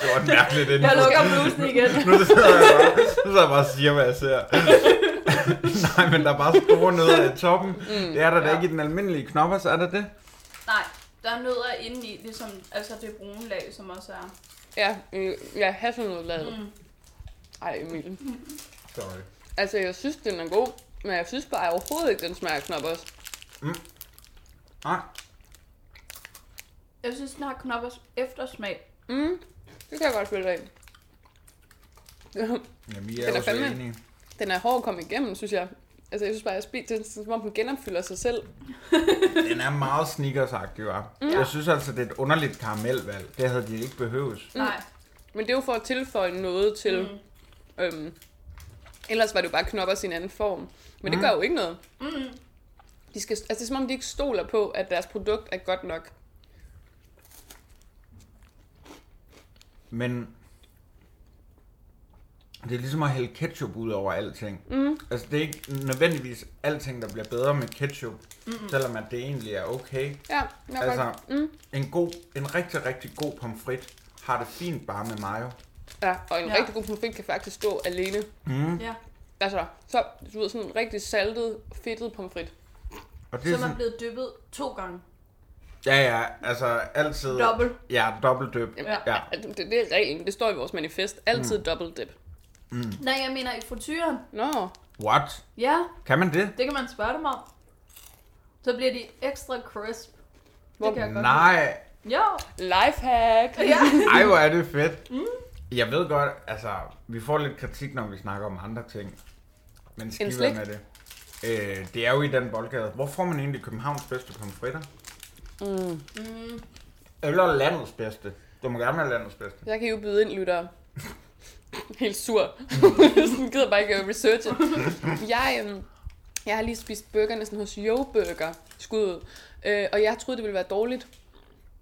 S6: var et mærkeligt inden.
S5: Jeg lukker blusen igen.
S6: Nu sidder jeg bare, nu sidder jeg bare og siger, hvad jeg ser. Nej, men der er bare store nødder i toppen. Mm, det er der ja. da
S5: ja.
S6: ikke i den almindelige knopper, så er der det.
S5: Nej, der er nødder indeni, ligesom altså det brune lag, som også er.
S7: Ja, øh, ja hasselnødlaget. Mm. Ej, Emil.
S6: Sorry.
S7: Altså jeg synes, den er god, men jeg synes bare overhovedet ikke, den smager af knoppers.
S6: Nej,
S5: Jeg synes, den har knoppers eftersmag.
S7: Mm. Det kan jeg godt følge dig i.
S6: Jamen, vi
S7: Den
S6: er
S7: er
S6: jo så
S7: fandme-
S6: enige.
S7: Den er hård at komme igennem, synes jeg. Altså, jeg synes bare, jeg spiste den, som om den genopfylder sig selv.
S6: Den er meget sneakersagtig, var. Mm. Jeg synes altså, det er et underligt karamelvalg. Det havde de ikke behøves.
S5: Mm. Nej,
S7: Men det er jo for at tilføje noget til... Mm. Øhm, ellers var det jo bare knopper sin anden form. Men det gør jo ikke noget. Mm. De skal, altså, det er som om, de ikke stoler på, at deres produkt er godt nok.
S6: Men det er ligesom at hælde ketchup ud over alting. Mm. Altså, det er ikke nødvendigvis alting, der bliver bedre med ketchup. Mm. Selvom at det egentlig er okay.
S7: Ja, jeg altså.
S6: Altså, mm. en, god, en rigtig, rigtig god pomfrit har det fint bare med mayo.
S7: ja, og en
S5: Ja.
S7: ja. rigtig god pomfrit kan faktisk stå alene.
S6: Mm.
S5: ja.
S7: Altså, så du ved, sådan en rigtig saltet, fedtet pomfrit.
S6: Og det
S5: Som
S6: er
S5: er
S6: sådan,
S5: blevet dyppet to gange.
S6: ja, ja, altså altid...
S5: Dobbelt.
S6: Ja, dobbelt døb.
S7: Jamen,
S5: Ja.
S7: ja. Altså, det, det, er reglen. Det står i vores manifest. Altid mm. double dip.
S5: Nej, jeg mener i frityren.
S7: Nå,
S6: What?
S5: Ja,
S6: Kan man det?
S5: det kan man spørge dem om. Så bliver de ekstra crisp.
S7: Hvor-
S5: Det kan jeg godt
S6: Nej.
S5: lide. Jo,
S7: lifehack.
S5: ja.
S6: Ej, hvor er det fedt. Mm. Jeg ved godt, altså, vi får lidt kritik, når vi snakker om andre ting. Men skidt
S7: slik?
S6: være med det. Øh, det er jo i den boldgade. Hvor får man egentlig Københavns bedste pomfritter?
S7: Mm.
S6: Eller landets bedste. Det må gerne være landets bedste.
S7: Jeg kan jo byde ind, lyttere. Helt sur. sådan gider bare ikke at researche. Jeg, øhm, jeg har lige spist burgerne sådan hos Yo Burger, skuddet. Øh, og jeg troede, det ville være dårligt.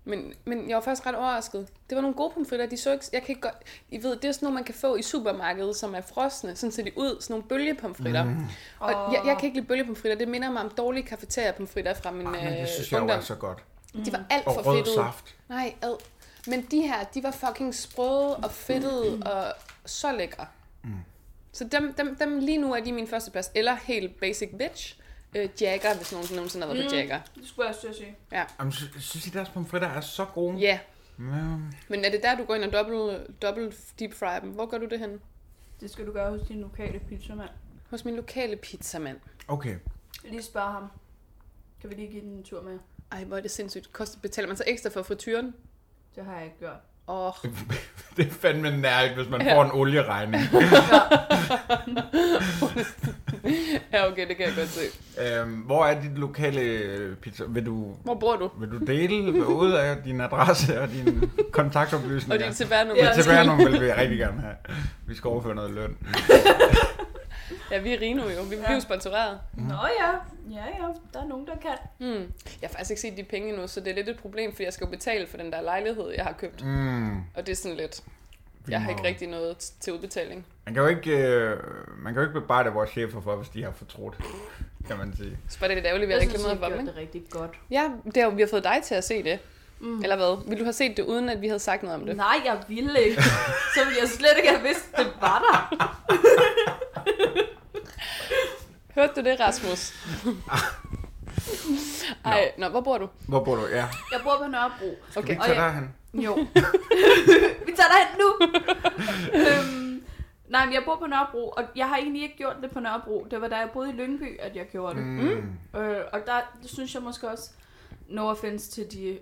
S7: Men, men jeg var faktisk ret overrasket. Det var nogle gode pomfritter. De så ikke, jeg kan ikke godt, I ved, det er sådan nogle, man kan få i supermarkedet, som er frosne. Sådan ser de ud. Sådan nogle bølgepomfritter. Mm. Og jeg, jeg, kan ikke lide bølgepomfritter. Det minder mig om dårlige kafeteriapomfritter fra min
S6: Men det synes
S7: øh,
S6: jeg jo er
S7: ungdom.
S6: så godt.
S7: De var alt
S6: Og
S7: for
S6: rød
S7: fedtede.
S6: saft.
S7: Nej, ad. Men de her, de var fucking sprøde og fedtede og så lækre. Mm. Så dem, dem, dem lige nu er de min første plads. Eller helt basic bitch. Øh, Jagger, hvis nogen nogensinde har været på Jagger.
S5: Det skulle jeg også til at sige.
S6: Jamen, sy- synes I, deres pomfritter er så gode?
S7: Ja,
S6: Mm.
S7: men er det der, du går ind og dobbelt, dobbelt deep fry dem? Hvor gør du det henne?
S5: Det skal du gøre hos din lokale pizzamand.
S7: Hos min lokale pizzamand.
S6: Okay.
S5: Lige spørge ham. Kan vi lige give den en tur med?
S7: Ej, hvor er det sindssygt. Koster, betaler man så ekstra for frityren?
S5: Det har jeg ikke gjort.
S7: Åh,
S6: Det er fandme nærligt, hvis man ja. får en olieregning.
S7: ja okay, det kan jeg godt se.
S6: øhm, hvor er dit lokale øh, pizza? Vil du,
S7: Hvor bor du?
S6: vil du dele ud af din adresse og dine
S7: Og
S6: kontaktoplysninger?
S7: det er tilbage nu.
S5: Ja.
S6: Men tilbage nogle vil vi rigtig gerne have. Vi skal overføre noget løn.
S7: Ja, vi er rige nu jo. Vi bliver jo sponsoreret.
S6: Mhm.
S5: Nå ja, ja ja, der er nogen, der kan.
S7: Hmm. Jeg har faktisk ikke set de penge endnu, så det er lidt et problem, fordi jeg skal jo betale for den der lejlighed, jeg har købt.
S6: Mm.
S7: Og det er sådan lidt... Jeg har ikke rigtig noget t- til udbetaling.
S6: Man kan jo ikke, øh, man kan jo ikke bebrejde vores chefer for, hvis de har fortrudt, kan man sige.
S7: Så var det lidt ærgerligt, at vi har
S5: Jeg synes,
S7: reklameret
S5: jeg
S7: for
S5: har
S7: dem,
S5: gjort
S7: ikke?
S5: det rigtig godt.
S7: Ja, det er, jo- vi har fået dig til at se det. Mm. Eller hvad? Vil du have set det, uden at vi havde sagt noget om det?
S5: Nej, jeg ville ikke. Så ville jeg slet ikke have vidst, det var der.
S7: Hørte du det, Rasmus? Ej, nå, hvor bor du?
S6: Hvor bor du? Ja, skal
S5: Jeg bor på Nørrebro.
S6: vi
S7: Okay.
S6: ikke
S5: Og
S6: tage
S5: jeg-
S6: derhen?
S5: Jo. vi tager dig nu. øhm, nej, men jeg bor på Nørrebro, og jeg har egentlig ikke gjort det på Nørrebro. Det var da jeg boede i Lyngby, at jeg gjorde det.
S6: Mm.
S5: Øh, og der det synes jeg måske også, no offense til de øh,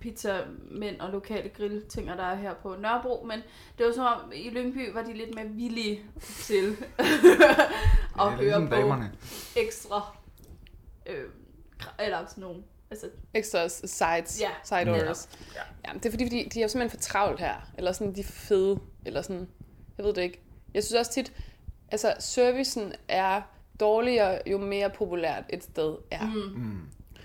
S5: pizzamænd og lokale grilltinger, der er her på Nørrebro, men det var som om, i Lyngby var de lidt mere villige til at
S6: det er
S5: høre
S6: ligesom
S5: på
S6: damerne.
S5: ekstra, øh, kra- eller sådan nogle, altså
S7: Ekstra s- sides,
S5: Ja.
S7: side orders. Ja. Jamen, det er fordi, de, de er simpelthen for travlt her. Eller sådan, de er for fede. Eller sådan, jeg ved det ikke. Jeg synes også tit, altså, servicen er dårligere, jo mere populært et sted er. Mm.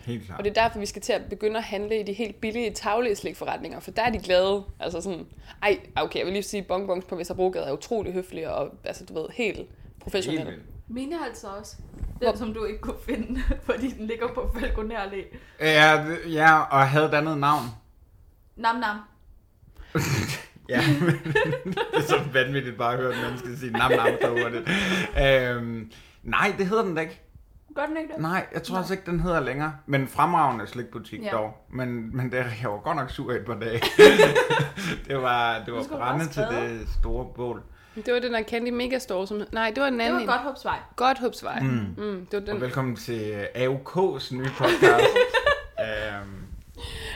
S6: Helt klart.
S7: Og det er derfor, vi skal til at begynde at handle i de helt billige taglige slikforretninger, for der er de glade. Altså sådan, ej, okay, jeg vil lige sige, bonbons på Vesterbrogade er utrolig høflige og altså, du ved, helt professionelle.
S6: Helt vildt.
S5: mine altså også. Den, som du ikke kunne finde, fordi den ligger på Falconer Allé.
S6: Ja, det- ja, og havde et andet navn.
S5: Nam nam.
S6: Ja, det er så vanvittigt bare at høre et menneske sige nam nam så hurtigt. Øhm, nej, det hedder den da ikke.
S5: Gør den ikke det?
S6: Nej, jeg tror altså ikke, den hedder længere. Men fremragende slikbutik
S5: Ja.
S6: ja. dog. Men, men det, jeg var godt nok sur i et par dage. det var, det var
S5: skulle
S6: brænde
S5: bare
S6: til
S5: sprede.
S6: det store bål.
S7: Det var den der Candy Megastore, som... Nej, det var en
S5: Det
S7: anden
S5: var godt hopsvej.
S7: Godt Håbsvej. Mm. Mm, det var
S6: Og
S7: den.
S6: velkommen til øh, AUK's nye podcast. øhm,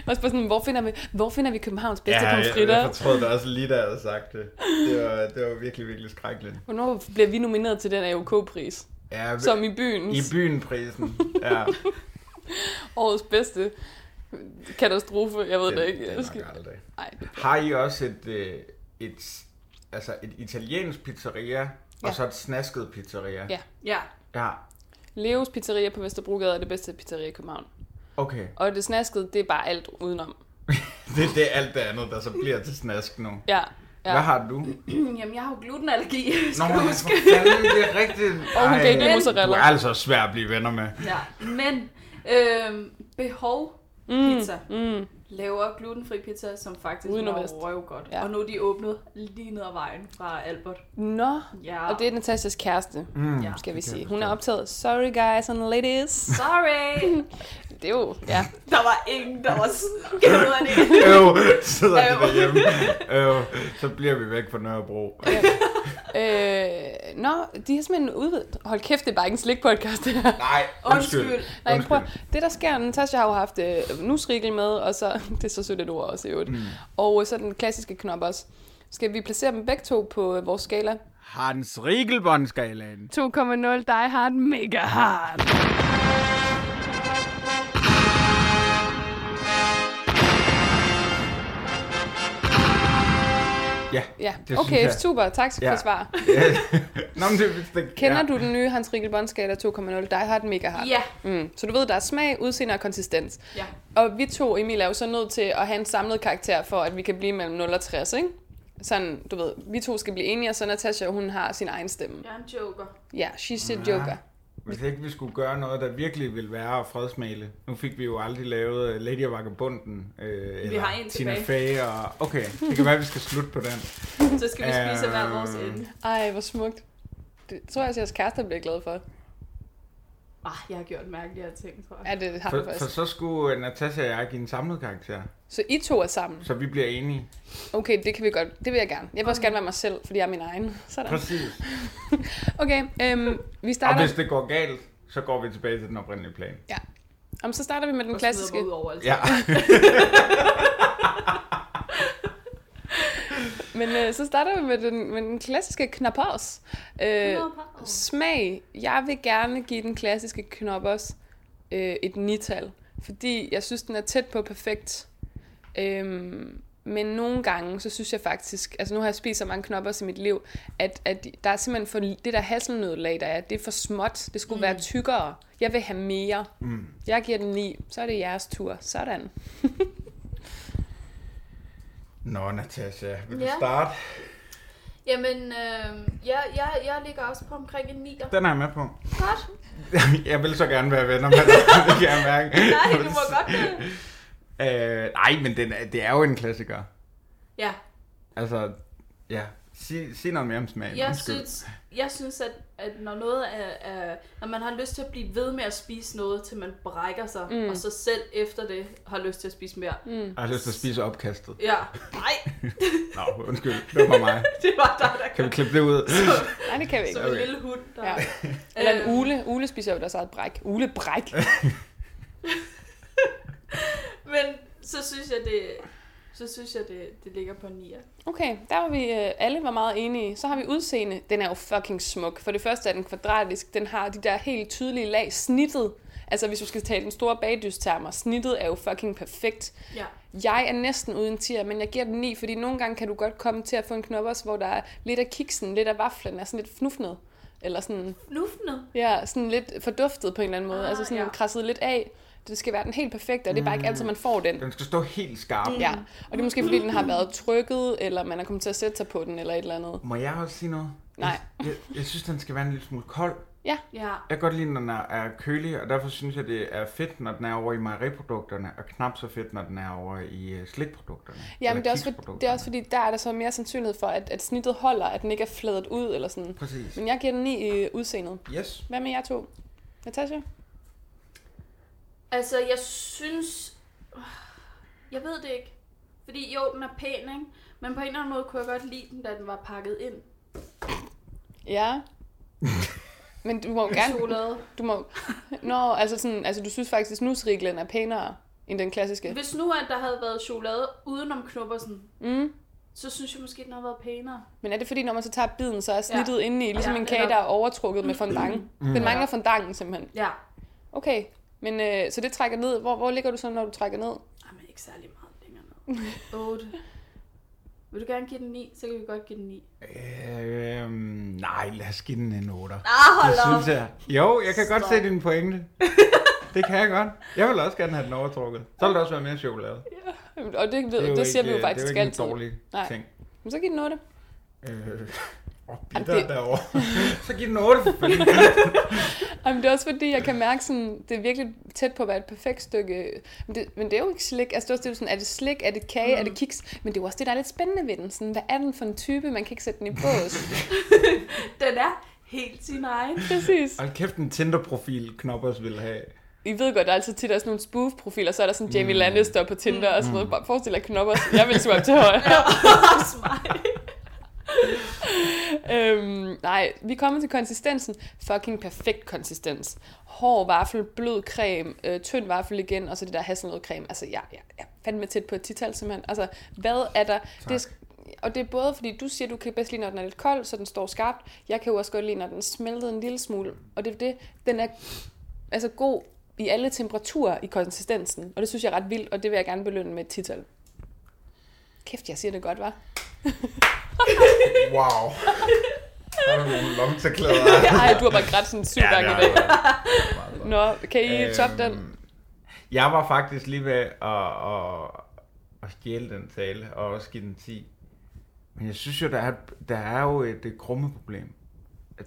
S7: Også bare sådan, hvor finder vi, hvor finder vi Københavns
S6: ja,
S7: bedste ja,
S6: jeg,
S7: pomfritter?
S6: jeg fortrød det også lige, da jeg havde sagt det. Det var, det var virkelig, virkelig skrækkeligt.
S7: Hvornår bliver vi nomineret til den AOK-pris?
S6: Ja,
S7: Som
S6: i,
S7: i byens
S6: i byen-prisen. Ja,
S7: årets bedste katastrofe. Jeg ved
S6: den,
S7: det, ikke.
S6: den er
S7: Jeg skal-
S6: nok aldrig.
S7: Ej, det-
S6: Har I også et, øh, et, altså et italiensk pizzeria, ja.
S7: Ja.
S6: og så et snasket pizzeria?
S7: Ja.
S5: Ja.
S6: ja.
S7: Leos pizzeria på Vesterbrogade er det bedste pizzeria i København.
S6: Okay,
S7: Og det snaskede, det er bare alt udenom.
S6: det, det er alt det andet, der så bliver til snask nu.
S7: Ja.
S6: Ja.
S7: ja.
S6: Hvad har du?
S5: Jamen, jeg har jo glutenallergi.
S6: Nå, men for fanden, det er rigtigt.
S7: Og hun kan ikke lide
S6: Ej,
S7: mozzarella.
S6: Du er altså svær at blive venner med.
S5: Ja, men øhm, behov pizza mm. laver glutenfri pizza, som faktisk
S7: Uden
S5: Uden
S7: og
S5: var
S7: vest.
S5: røv godt.
S7: Ja.
S5: Ja. Og nu er de åbnet lige ned ad vejen fra Albert.
S7: Nå.
S5: Ja.
S7: Og det er Natasjas kæreste,
S6: Mm.
S5: Ja.
S7: skal vi
S6: det kan
S7: sige.
S6: jeg
S7: Hun er
S6: forstå.
S7: optaget, sorry guys and ladies.
S5: Sorry!
S7: Det er jo, ja.
S5: Der var ingen, der var skævet af det.
S6: Øv, sidder
S5: Øv.
S6: de derhjemme. Øv, så bliver vi væk fra Nørrebro.
S7: Øh, nå, de har simpelthen udvidet... Hold kæft, det er bare ikke en slikpodcast, det her.
S6: Nej, undskyld.
S5: Undskyld.
S7: Nej, prøv, det der sker, Natasha har jo haft øh, nusrigel med, og så, det er så sødt et ord også i øvrigt, mm. og øh, så den klassiske knop også. Skal vi placere dem begge to på øh, vores skala? 2,0
S6: Hans Riegelbåndskalaen.
S7: die hard, mega hard.
S6: Ja,
S7: Ja,
S6: det
S7: okay,
S6: synes jeg.
S7: super, tak for
S6: Ja.
S7: ja. svar.
S6: Nå, men det, det,
S7: Kender
S6: ja.
S7: du den nye Hans Rigel Bondskala 2,0 die hard, mega hard?
S5: Ja.
S7: Mm. Så du ved, der er smag, udseende og konsistens.
S5: Ja.
S7: Og vi to, Emil, er jo så nødt til at have en samlet karakter for, at vi kan blive mellem 0 og 60, ikke? Sådan, du ved, vi to skal blive enige, og så Natasha, hun har sin egen stemme.
S5: Jeg er en joker.
S7: Ja, she's a joker.
S6: Hvis ikke vi skulle gøre noget, der virkelig ville være at fredsmale. Nu fik vi jo aldrig lavet øh, Lady og Vagabunden. Øh, eller
S5: har en
S6: Tina
S5: tilbage.
S6: Fey og... Okay, det kan være, vi skal slutte på den.
S5: Så skal vi spise af hver vores
S6: Øhm.
S5: ende.
S7: Ej, hvor smukt. Det tror jeg også, jeres kæreste bliver glad for.
S5: Ah, jeg har gjort mærkeligere ting, tror jeg.
S7: Ja, det har
S6: For,
S7: han
S6: for
S7: faktisk.
S6: så skulle øh, Natasha og jeg give en samlet karakter.
S7: Så I to er sammen.
S6: Så vi bliver enige.
S7: Okay, det kan vi godt. Det vil jeg gerne. Jeg vil også gerne være mig selv, fordi jeg er min egen. Sådan.
S6: Præcis.
S7: Okay, øhm, vi
S6: Og
S7: starter...
S6: hvis det går galt, så går vi tilbage til den oprindelige plan.
S7: Ja. Om, så starter vi med den
S5: Og smider
S7: klassiske.
S5: mig ud over alt.
S6: Ja.
S7: Men øh, så starter vi med den, med den klassiske knappers. Øh,
S5: Knappaus.
S7: smag. Jeg vil gerne give den klassiske knappers øh, et nital, fordi jeg synes, den er tæt på perfekt. Øhm, men nogle gange, så synes jeg faktisk, altså nu har jeg spist så mange knoppers i mit liv, at, at der er simpelthen for, det der hasselnødlag, der er, det er for småt. Det skulle mm. være tykkere. Jeg vil have mere. Mm. Jeg giver den 9. Så er det jeres tur. Sådan.
S6: Nå, Natasha, vil du
S5: Ja.
S6: starte?
S5: Jamen, øh, jeg, jeg, jeg ligger også på omkring en 9'er.
S6: Den er jeg med på.
S5: Godt.
S6: Jeg vil så gerne være venner med dig, det kan jeg mærke.
S5: Nej, du må godt det.
S6: Øh, nej, men den, er- det er jo en klassiker.
S5: Ja,
S6: Altså, ja. Sig, sig noget mere om smagen.
S5: jeg
S6: undskyld.
S5: synes, jeg synes at, at når noget er, er, når man har lyst til at blive ved med at spise noget, til man brækker sig, mm. og så selv efter det har lyst til at spise mere. Mm.
S6: Jeg har lyst til at spise opkastet.
S5: Ja, nej,
S6: Nå, undskyld. Det var mig.
S5: det var dig, der
S6: Kan
S5: kom.
S6: vi klippe det ud?
S7: Nej, det kan vi ikke.
S5: Som en
S6: Okay.
S5: lille hund, der... Øh, Ja.
S7: Ja. Eller en ule. Ule spiser jo deres eget bræk. Ule bræk.
S5: Men så synes jeg, det, så synes jeg, det, det ligger på en 9'er.
S7: Okay, der var vi øh, alle var meget enige. Så har vi udseende. Den er jo fucking smuk. For det første er den kvadratisk. Den har de der helt tydelige lag. Snittet. Altså hvis du skal tale den store bagdystermer. Snittet er jo fucking perfekt.
S5: Ja.
S7: Jeg er næsten uden tier, men jeg giver den 9, fordi nogle gange kan du godt komme til at få en knoppers, hvor der er lidt af kiksen, lidt af vaflen, er sådan lidt fnufnet. Eller sådan,
S5: Nuffende.
S7: ja, sådan lidt forduftet på en eller anden måde. Ah,
S5: Ah,
S7: altså sådan ja. Mm.
S5: ja.
S7: krasset lidt af. Det skal være den helt perfekte, og det er bare ikke altid, man får den.
S6: Den skal stå helt skarp.
S5: Mm.
S7: Ja, og det er måske fordi, den har været trykket, eller man er kommet til at sætte sig på den, eller et eller andet.
S6: Må jeg også sige noget?
S7: Nej.
S6: Jeg, jeg, jeg synes, den skal være en lille smule kold.
S5: Ja.
S6: Jeg kan godt lide, når den er, er kølig, og derfor synes jeg, det er fedt, når den er over i mejeriprodukterne, og knap så fedt, når den er over i øh, slikprodukterne.
S7: Ja, men
S6: Eller
S7: det er, også for,
S6: kiksprodukterne.
S7: det er også fordi, der er der så mere sandsynlighed for, at, at snittet holder, at den ikke er fladet ud, eller sådan.
S6: Præcis.
S7: Men jeg giver den 9 i øh, udseendet.
S6: Yes.
S7: Hvad med jer to? Natasha?
S5: Altså, jeg synes... øh, Jeg ved det ikke. Fordi jo, den er pæn, ikke? Men på en eller anden måde kunne jeg godt lide den, da den var pakket ind.
S7: Ja. Men du må jo gerne...
S5: Solade.
S7: Du må... Nå, altså, sådan, altså du synes faktisk, at snusriglen er pænere end den klassiske.
S5: Hvis nu, at der havde været chokolade udenom knuppersen,
S7: Mm.
S5: så synes jeg måske, den havde været pænere.
S7: Men er det fordi, når man så tager biden, så er snittet ja. inde i, ligesom ja,
S5: Ja,
S7: en kage, der
S5: netop.
S7: er overtrukket med fondant?
S6: Mm.
S7: Den mangler fondanten simpelthen.
S5: Ja.
S7: Okay, men øh, så det trækker ned. Hvor, hvor ligger du så, når du trækker ned?
S5: Jamen, ikke særlig meget længere ned. 8. Vil du gerne give den 9, så kan vi godt give den 9.
S6: Øh, nej, lad os give den en 8.
S5: Ah, hold
S6: Det synes
S5: op.
S6: jeg. Jo, jeg kan godt
S5: Stop.
S6: se din pointe. Det kan jeg godt. Jeg vil også gerne have den overtrukket. Så vil der også være mere chokolade.
S7: Og det, ved,
S6: er
S7: det, det siger vi jo
S6: øh,
S7: faktisk
S6: det er jo ikke
S7: altid.
S6: en dårlig
S7: Nej.
S6: ting.
S7: Men så giv den 8.
S6: Øh, åh,
S7: Jamen,
S6: bitter
S7: det-
S6: derovre. Så giv den 8 for fanden.
S7: Jamen, det er også fordi, jeg kan mærke, sådan, det er virkelig tæt på at være et perfekt stykke. Men det, men det er jo ikke slik. Altså, det er også det, er jo sådan, er det slik, er det kage, mm. er det kiks? Men det er jo også det, der er lidt spændende ved den. Sådan, hvad er den for en type? Man kan ikke sætte den i bås.
S5: Den er helt sin egen.
S7: Præcis.
S6: Hold kæft, en Tinder-profil Knoppers vil have.
S7: I ved godt, der er altid tit er sådan nogle spoof-profiler, så er der sådan Jamie Lannister på Tinder og sådan noget. Bare forestil dig knopper. Jeg vil swipe til højre.
S5: Også mig.
S7: øhm, nej, vi er kommet til konsistensen. Fucking perfekt konsistens. Hård vaffel, blød creme, øh, tynd vaffel igen, og så det der hasselnødcreme. Altså, jeg, jeg, jeg er fandme tæt på et tital, simpelthen. Altså, hvad er der? Det, er sk- og det er både, fordi du siger, du kan bedst lide, når den er lidt kold, så den står skarpt. Jeg kan jo også godt lide, når den er smeltet en lille smule. Og det er det, den er altså god i alle temperaturer i konsistensen. Og det synes jeg er ret vildt, og det vil jeg gerne belønne med et tital. Kæft, jeg siger det godt, var.
S6: Wow. Der er nogle lomteklæder.
S7: Ej, du har bare grædt sådan syv ja, gange i dag.
S6: dag.
S7: Nå, kan I øhm, toppe den?
S6: Jeg var faktisk lige ved at, at, at stjæle den tale og også give den 10. Men jeg synes jo, der er, der er jo et, et krumme problem.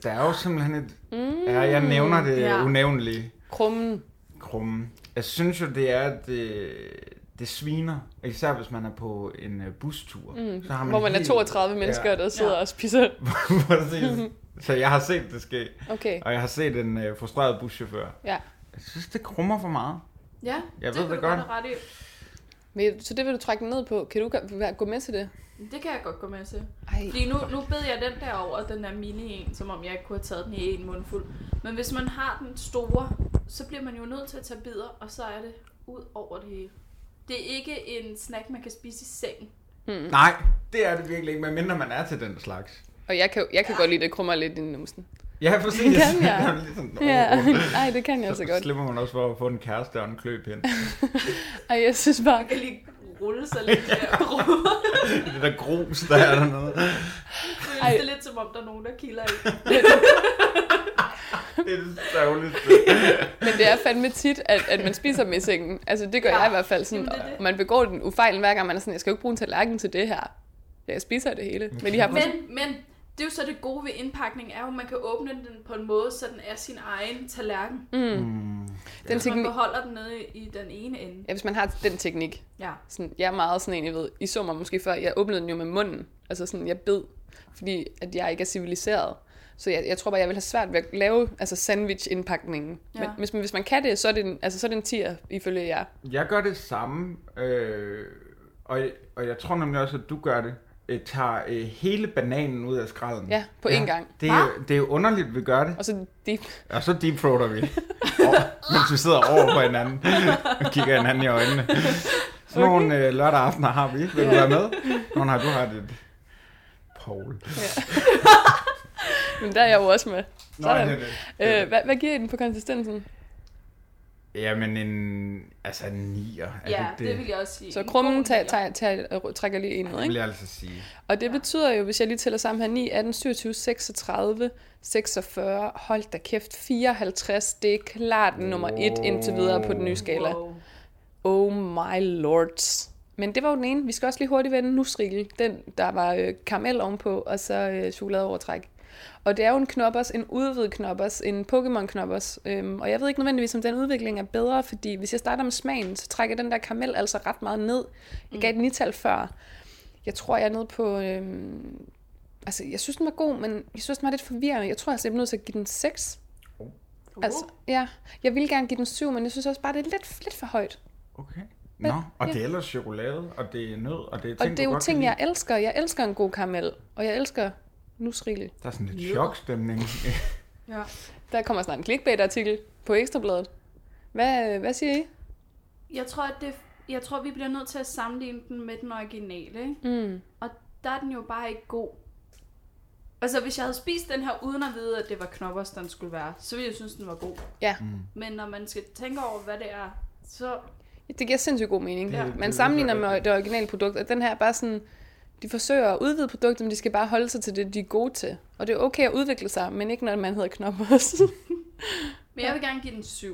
S6: Der er jo simpelthen et... Mm, ja, jeg nævner det ja.
S5: ja.
S6: unævnlige
S7: Krummen.
S6: krumme. Jeg synes jo, det er, at det, det sviner. Især hvis man er på en øh, bustur. Mm, så har
S7: Hvor man er
S6: helt-
S7: 32 mennesker, der sidder ja. og spiser.
S6: Præcis. Så jeg har set det ske.
S7: Okay,
S6: Og jeg har set en øh, frustreret buschauffør.
S7: ja.
S6: Jeg synes, det krummer for meget.
S5: Ja,
S6: Jeg
S5: det
S6: ved
S5: kan
S6: det
S5: du
S6: godt.
S5: godt have ret i.
S7: Men- Så det vil du trække den ned på. Kan du gå- gå med til det?
S5: Det kan jeg godt gå med til.
S7: Ej,
S5: Fordi nu, nu bed jeg den der over, den der mini en, som om jeg ikke kunne have taget den i en mundfuld. Men hvis man har den store, så bliver man jo nødt til at tage bidder, og så er det ud over det hele. Det er ikke en snack, man kan spise i sengen.
S6: Mm. Nej, det er det virkelig ikke, medmindre man er til den slags.
S7: og jeg kan, jeg kan godt lide, at det krummer lidt i numsen.
S6: Ja, præcis.
S7: Kan jeg?
S6: Jeg er lige sådan,
S7: Ja,
S6: åh, åh.
S7: nej, det kan jeg så
S6: Så
S7: godt.
S6: slipper man også for at få en kæreste og en kløpind.
S7: Ej, jeg synes bare,
S5: Jeg kan lige rulle sig lidt der.
S6: det der grus, der er dernede.
S5: det er lidt som om, der er nogen, der kilder i.
S6: Det er det sørgeligste.
S7: Men det er fandme tit, at, at man spiser dem i sengen. Altså, det gør ja.
S5: Ja.
S7: jeg i hvert fald. Sådan,
S5: Jamen, det er det.
S7: Og man begår den ufejlen hver gang, man er sådan, jeg skal jo ikke bruge en tallerken til det her. Ja, jeg spiser det hele. Men de har dem
S5: Men, men det er jo så det gode ved indpakning, er jo, at man kan åbne den på en måde, så den er sin egen tallerken. Mm.
S7: den
S5: Så man
S7: teknik.
S5: beholder den nede i den ene ende.
S7: Ja, hvis man har den teknik.
S5: Ja.
S7: Sådan, jeg er meget sådan en, jeg ved, I så mig måske før, jeg åbnede den jo med munden. Altså sådan, jeg bed, fordi at jeg ikke er civiliseret. Så jeg, jeg tror bare, jeg vil have svært ved at lave altså sandwich-indpakningen. Ja.
S5: Ja.
S7: Men hvis man, hvis man kan det, så er det en, altså, så er det en tier, ifølge jer.
S6: Jeg gør det samme, øh, og, og jeg tror nemlig også, at du gør det. Jeg tager øh, hele bananen ud af skralden.
S7: Ja, på én gang.
S6: Det er, jo- det er jo underligt, vi gør det.
S7: Og så de,
S6: Og så deepfroater vi, og, mens vi sidder over på hinanden og kigger hinanden i øjnene. Sådan okay. nogle øh, lørdag aftener har vi. Vil du være med? Nå, nej, du har dit... Paul.
S7: men der er jeg jo også med.
S6: Nå, det
S7: Sådan.
S6: er det. det.
S7: Øh, hvad, hvad giver I den på konsistensen?
S6: Jamen, en, altså en nier. Er
S5: Ja,
S6: det,
S5: det,
S6: ikke
S5: vil jeg også sige.
S7: Så
S5: En
S7: krummen
S5: god
S7: tager,
S5: idé.
S7: tager, tager, trækker lige en ud,
S6: vil
S7: ikke?
S6: jeg altså sige.
S7: Og det betyder jo, hvis jeg lige tæller sammen her, 9, 18, 27, 36, 46, hold da kæft, 54, det er klart nummer 1 indtil videre på den nye skala.
S5: Wow.
S7: Oh my lords. Men det var jo den ene. Vi skal også lige hurtigt vende nusrikkel. Den, der var øh, karamel ovenpå, og så øh, chokoladeovertræk. Og det er jo en knoppers, en udvidet knoppers, en Pokémon knoppers. Øhm, og jeg ved ikke nødvendigvis, om den udvikling er bedre, fordi hvis jeg starter med smagen, så trækker den der karamel altså ret meget ned. Jeg gav den 9 tal før. Jeg tror, jeg er nede på... Øhm, altså, jeg synes, den var god, men jeg synes, den var lidt forvirrende. Jeg tror, altså, jeg bliver nødt til at give den 6. Altså, ja. Jeg ville gerne give den 7, men jeg synes også bare, det er lidt, lidt for højt.
S6: Okay. Nå, og det er ellers chokolade, og det er nød, og det er ting,
S7: Og det er
S6: du
S7: jo
S6: godt
S7: ting,
S6: kan
S7: jeg
S6: lide.
S7: elsker. Jeg elsker en god karamel, og jeg elsker nusrigel.
S6: Der er sådan lidt chokstemning.
S5: Ja.
S7: Der kommer snart en clickbait-artikel på Ekstrabladet. Hvad, øh, hvad siger I?
S5: Jeg tror, at det, jeg tror, vi bliver nødt til at sammenligne den med den originale, ikke?
S7: Mm.
S5: Og der er den jo bare ikke god. Altså, hvis jeg havde spist den her uden at vide, at det var knoppers, den skulle være, så ville jeg synes, den var god.
S7: Ja.
S6: Mm.
S5: Men når man skal tænke over, hvad det er, så...
S7: Det giver sindssygt god mening.
S6: Det-
S7: Ja.
S6: det
S7: Man
S6: lyder
S7: sammenligner med
S6: rigtigt.
S7: det originale produkt, og den her er bare sådan... De forsøger at udvide produktet, men de skal bare holde sig til det, de er gode til. Og det er okay at udvikle sig, men ikke når man hedder Knoppers.
S5: Men jeg vil gerne give den syv.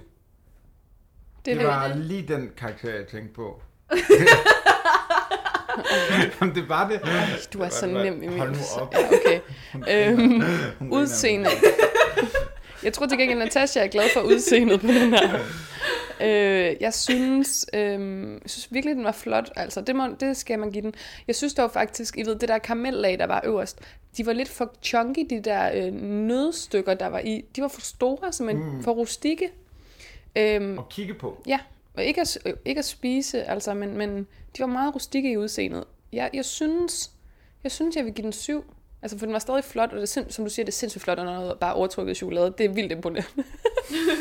S7: det
S6: Det
S7: vil
S6: var lige den karakter, jeg tænkte på. Jamen, det var det.
S7: du er så
S6: Det var-
S7: nem, Emil.
S6: Hold nu op.
S7: Ja, okay. øhm,
S6: Hun griner.
S7: Udseende. Jeg tror til gengæld, at Natasha er glad for udseendet på den her. Øh, jeg synes, øh, jeg synes virkelig, den var flot. Altså, det, må, det skal man give den. Jeg synes dog faktisk, I ved, det der karamellag, der var øverst, de var lidt for chunky, de der øh, nødstykker, der var i. De var for store, simpelthen mm. for rustikke. Øhm,
S6: Og kigge på.
S7: Ja, og ikke at, øh, ikke at spise, altså, men, men de var meget rustikke i udseendet. Jeg, jeg, synes, jeg synes, jeg vil give den syv. Altså, for den var stadig flot, og det er, sind- som du siger, det er sindssygt flot, og noget bare overtrykket chokolade. Det er vildt imponerende.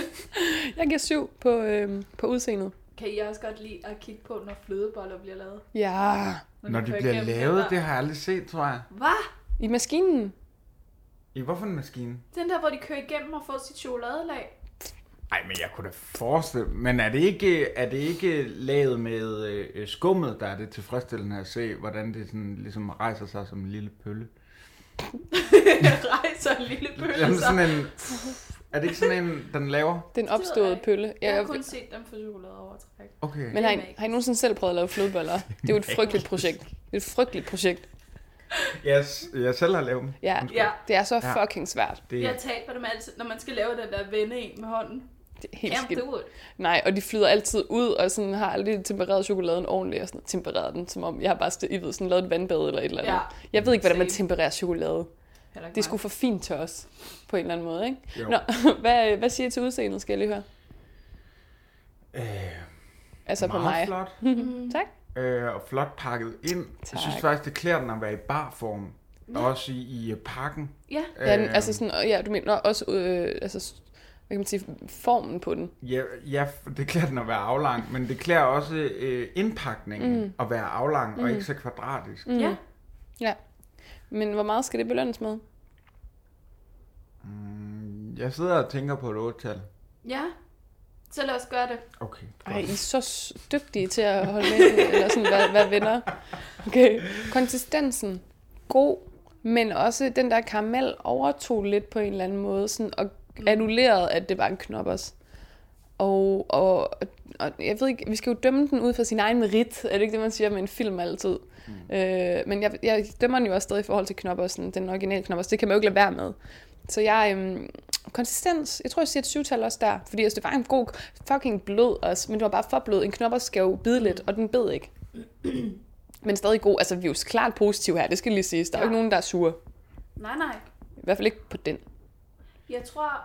S7: jeg giver syv på, øhm, på udseendet.
S5: Kan I også godt lide at kigge på, når flødeboller bliver lavet?
S7: Ja,
S6: Når de bliver lavet, det har jeg aldrig set, tror jeg.
S5: Hvad?
S7: i maskinen.
S6: I hvorfor en maskine?
S5: Den der, hvor de kører igennem og får sit chokoladelag.
S6: Nej, men jeg kunne da forestille Men er det ikke, er det ikke lavet med øh, skummet, der er det tilfredsstillende at se, hvordan det sådan, ligesom rejser sig som en lille pølle?
S5: Rejser en lille
S6: Jamen,
S5: pølse.
S6: sådan en, er det ikke sådan en, den laver?
S7: Den
S5: jeg
S7: opståede
S5: ikke.
S7: pølle.
S5: Jeg
S7: Ja,
S5: har
S7: jeg,
S5: kun set dem for chokoladeovertræk.
S6: Okay.
S7: men har I,
S5: Det er
S7: har I nogensinde selv prøvet at lave flødeboller? Det er jo et frygteligt projekt. Det er et frygteligt projekt.
S6: Yes, jeg selv har lavet dem.
S7: Ja,
S5: Ja,
S7: det er så
S6: Ja.
S7: fucking svært.
S6: Det,
S5: jeg taber dem altid, når man skal lave den der vende en med hånden.
S7: Det er helt
S5: Jamen,
S7: skidt.
S5: du
S7: Nej, og de flyder altid ud, og sådan har aldrig tempereret chokoladen ordentligt, og sådan tempereret den, som om jeg har bare st- I ved, sådan lavet et vandbad eller et eller andet.
S5: Ja.
S7: Jeg ved ikke, hvordan man
S5: Same.
S7: tempererer chokolade.
S5: Heller ikke
S7: Det er sgu
S5: mig.
S7: for fint til os, på en eller anden måde, ikke?
S6: Jo.
S7: Nå, hvad, hvad siger I til udseendet, skal jeg lige høre?
S6: øh,
S7: Altså på
S6: meget
S7: mig.
S6: flot.
S7: Tak.
S6: øh, og flot pakket ind. Tak. Jeg synes
S7: Tak.
S6: faktisk, det klæder den at være i barform. Ja. Også i, i øh, pakken. Øh,
S5: Ja,
S7: Ja,
S6: Øhm.
S7: den, altså sådan, og ja, du mener også, øh, altså, s- hvad kan man sige, formen på den.
S6: ja, ja, det klæder den at være aflang, men det klæder også øh, indpakningen mm. at være aflang mm. og ikke så kvadratisk. Mm.
S5: ja.
S7: Ja. Men hvor meget skal det belønnes med?
S6: Jeg sidder og tænker på et 8-tal.
S5: Ja, så lad os gøre det.
S6: Okay.
S7: Ej, I er så s- dygtige til at holde med, eller sådan, hvad, hvad venner. Okay. Konsistensen, god, men også den der karamel overtog lidt på en eller anden måde, sådan, og annulleret, at det var en knoppers. Og, og, og jeg ved ikke, vi skal jo dømme den ud fra sin egen merit, er det ikke det, man siger med en film altid? Mm. Øh, men jeg, jeg dømmer den jo også stadig i forhold til knoppersen, den originale knoppers, det kan man jo ikke lade være med. Så jeg, øhm, konsistens, jeg tror, jeg siger et syvtal også der, fordi altså, det var en god, fucking blød også, men det var bare for blød. En knoppers skal jo bide lidt, og den bed ikke. Men stadig god, altså vi er jo klart positive her, det skal lige siges. Der er jo
S5: Ja.
S7: ikke nogen, der er sure.
S5: Nej, nej.
S7: I hvert fald ikke på den.
S5: Jeg tror,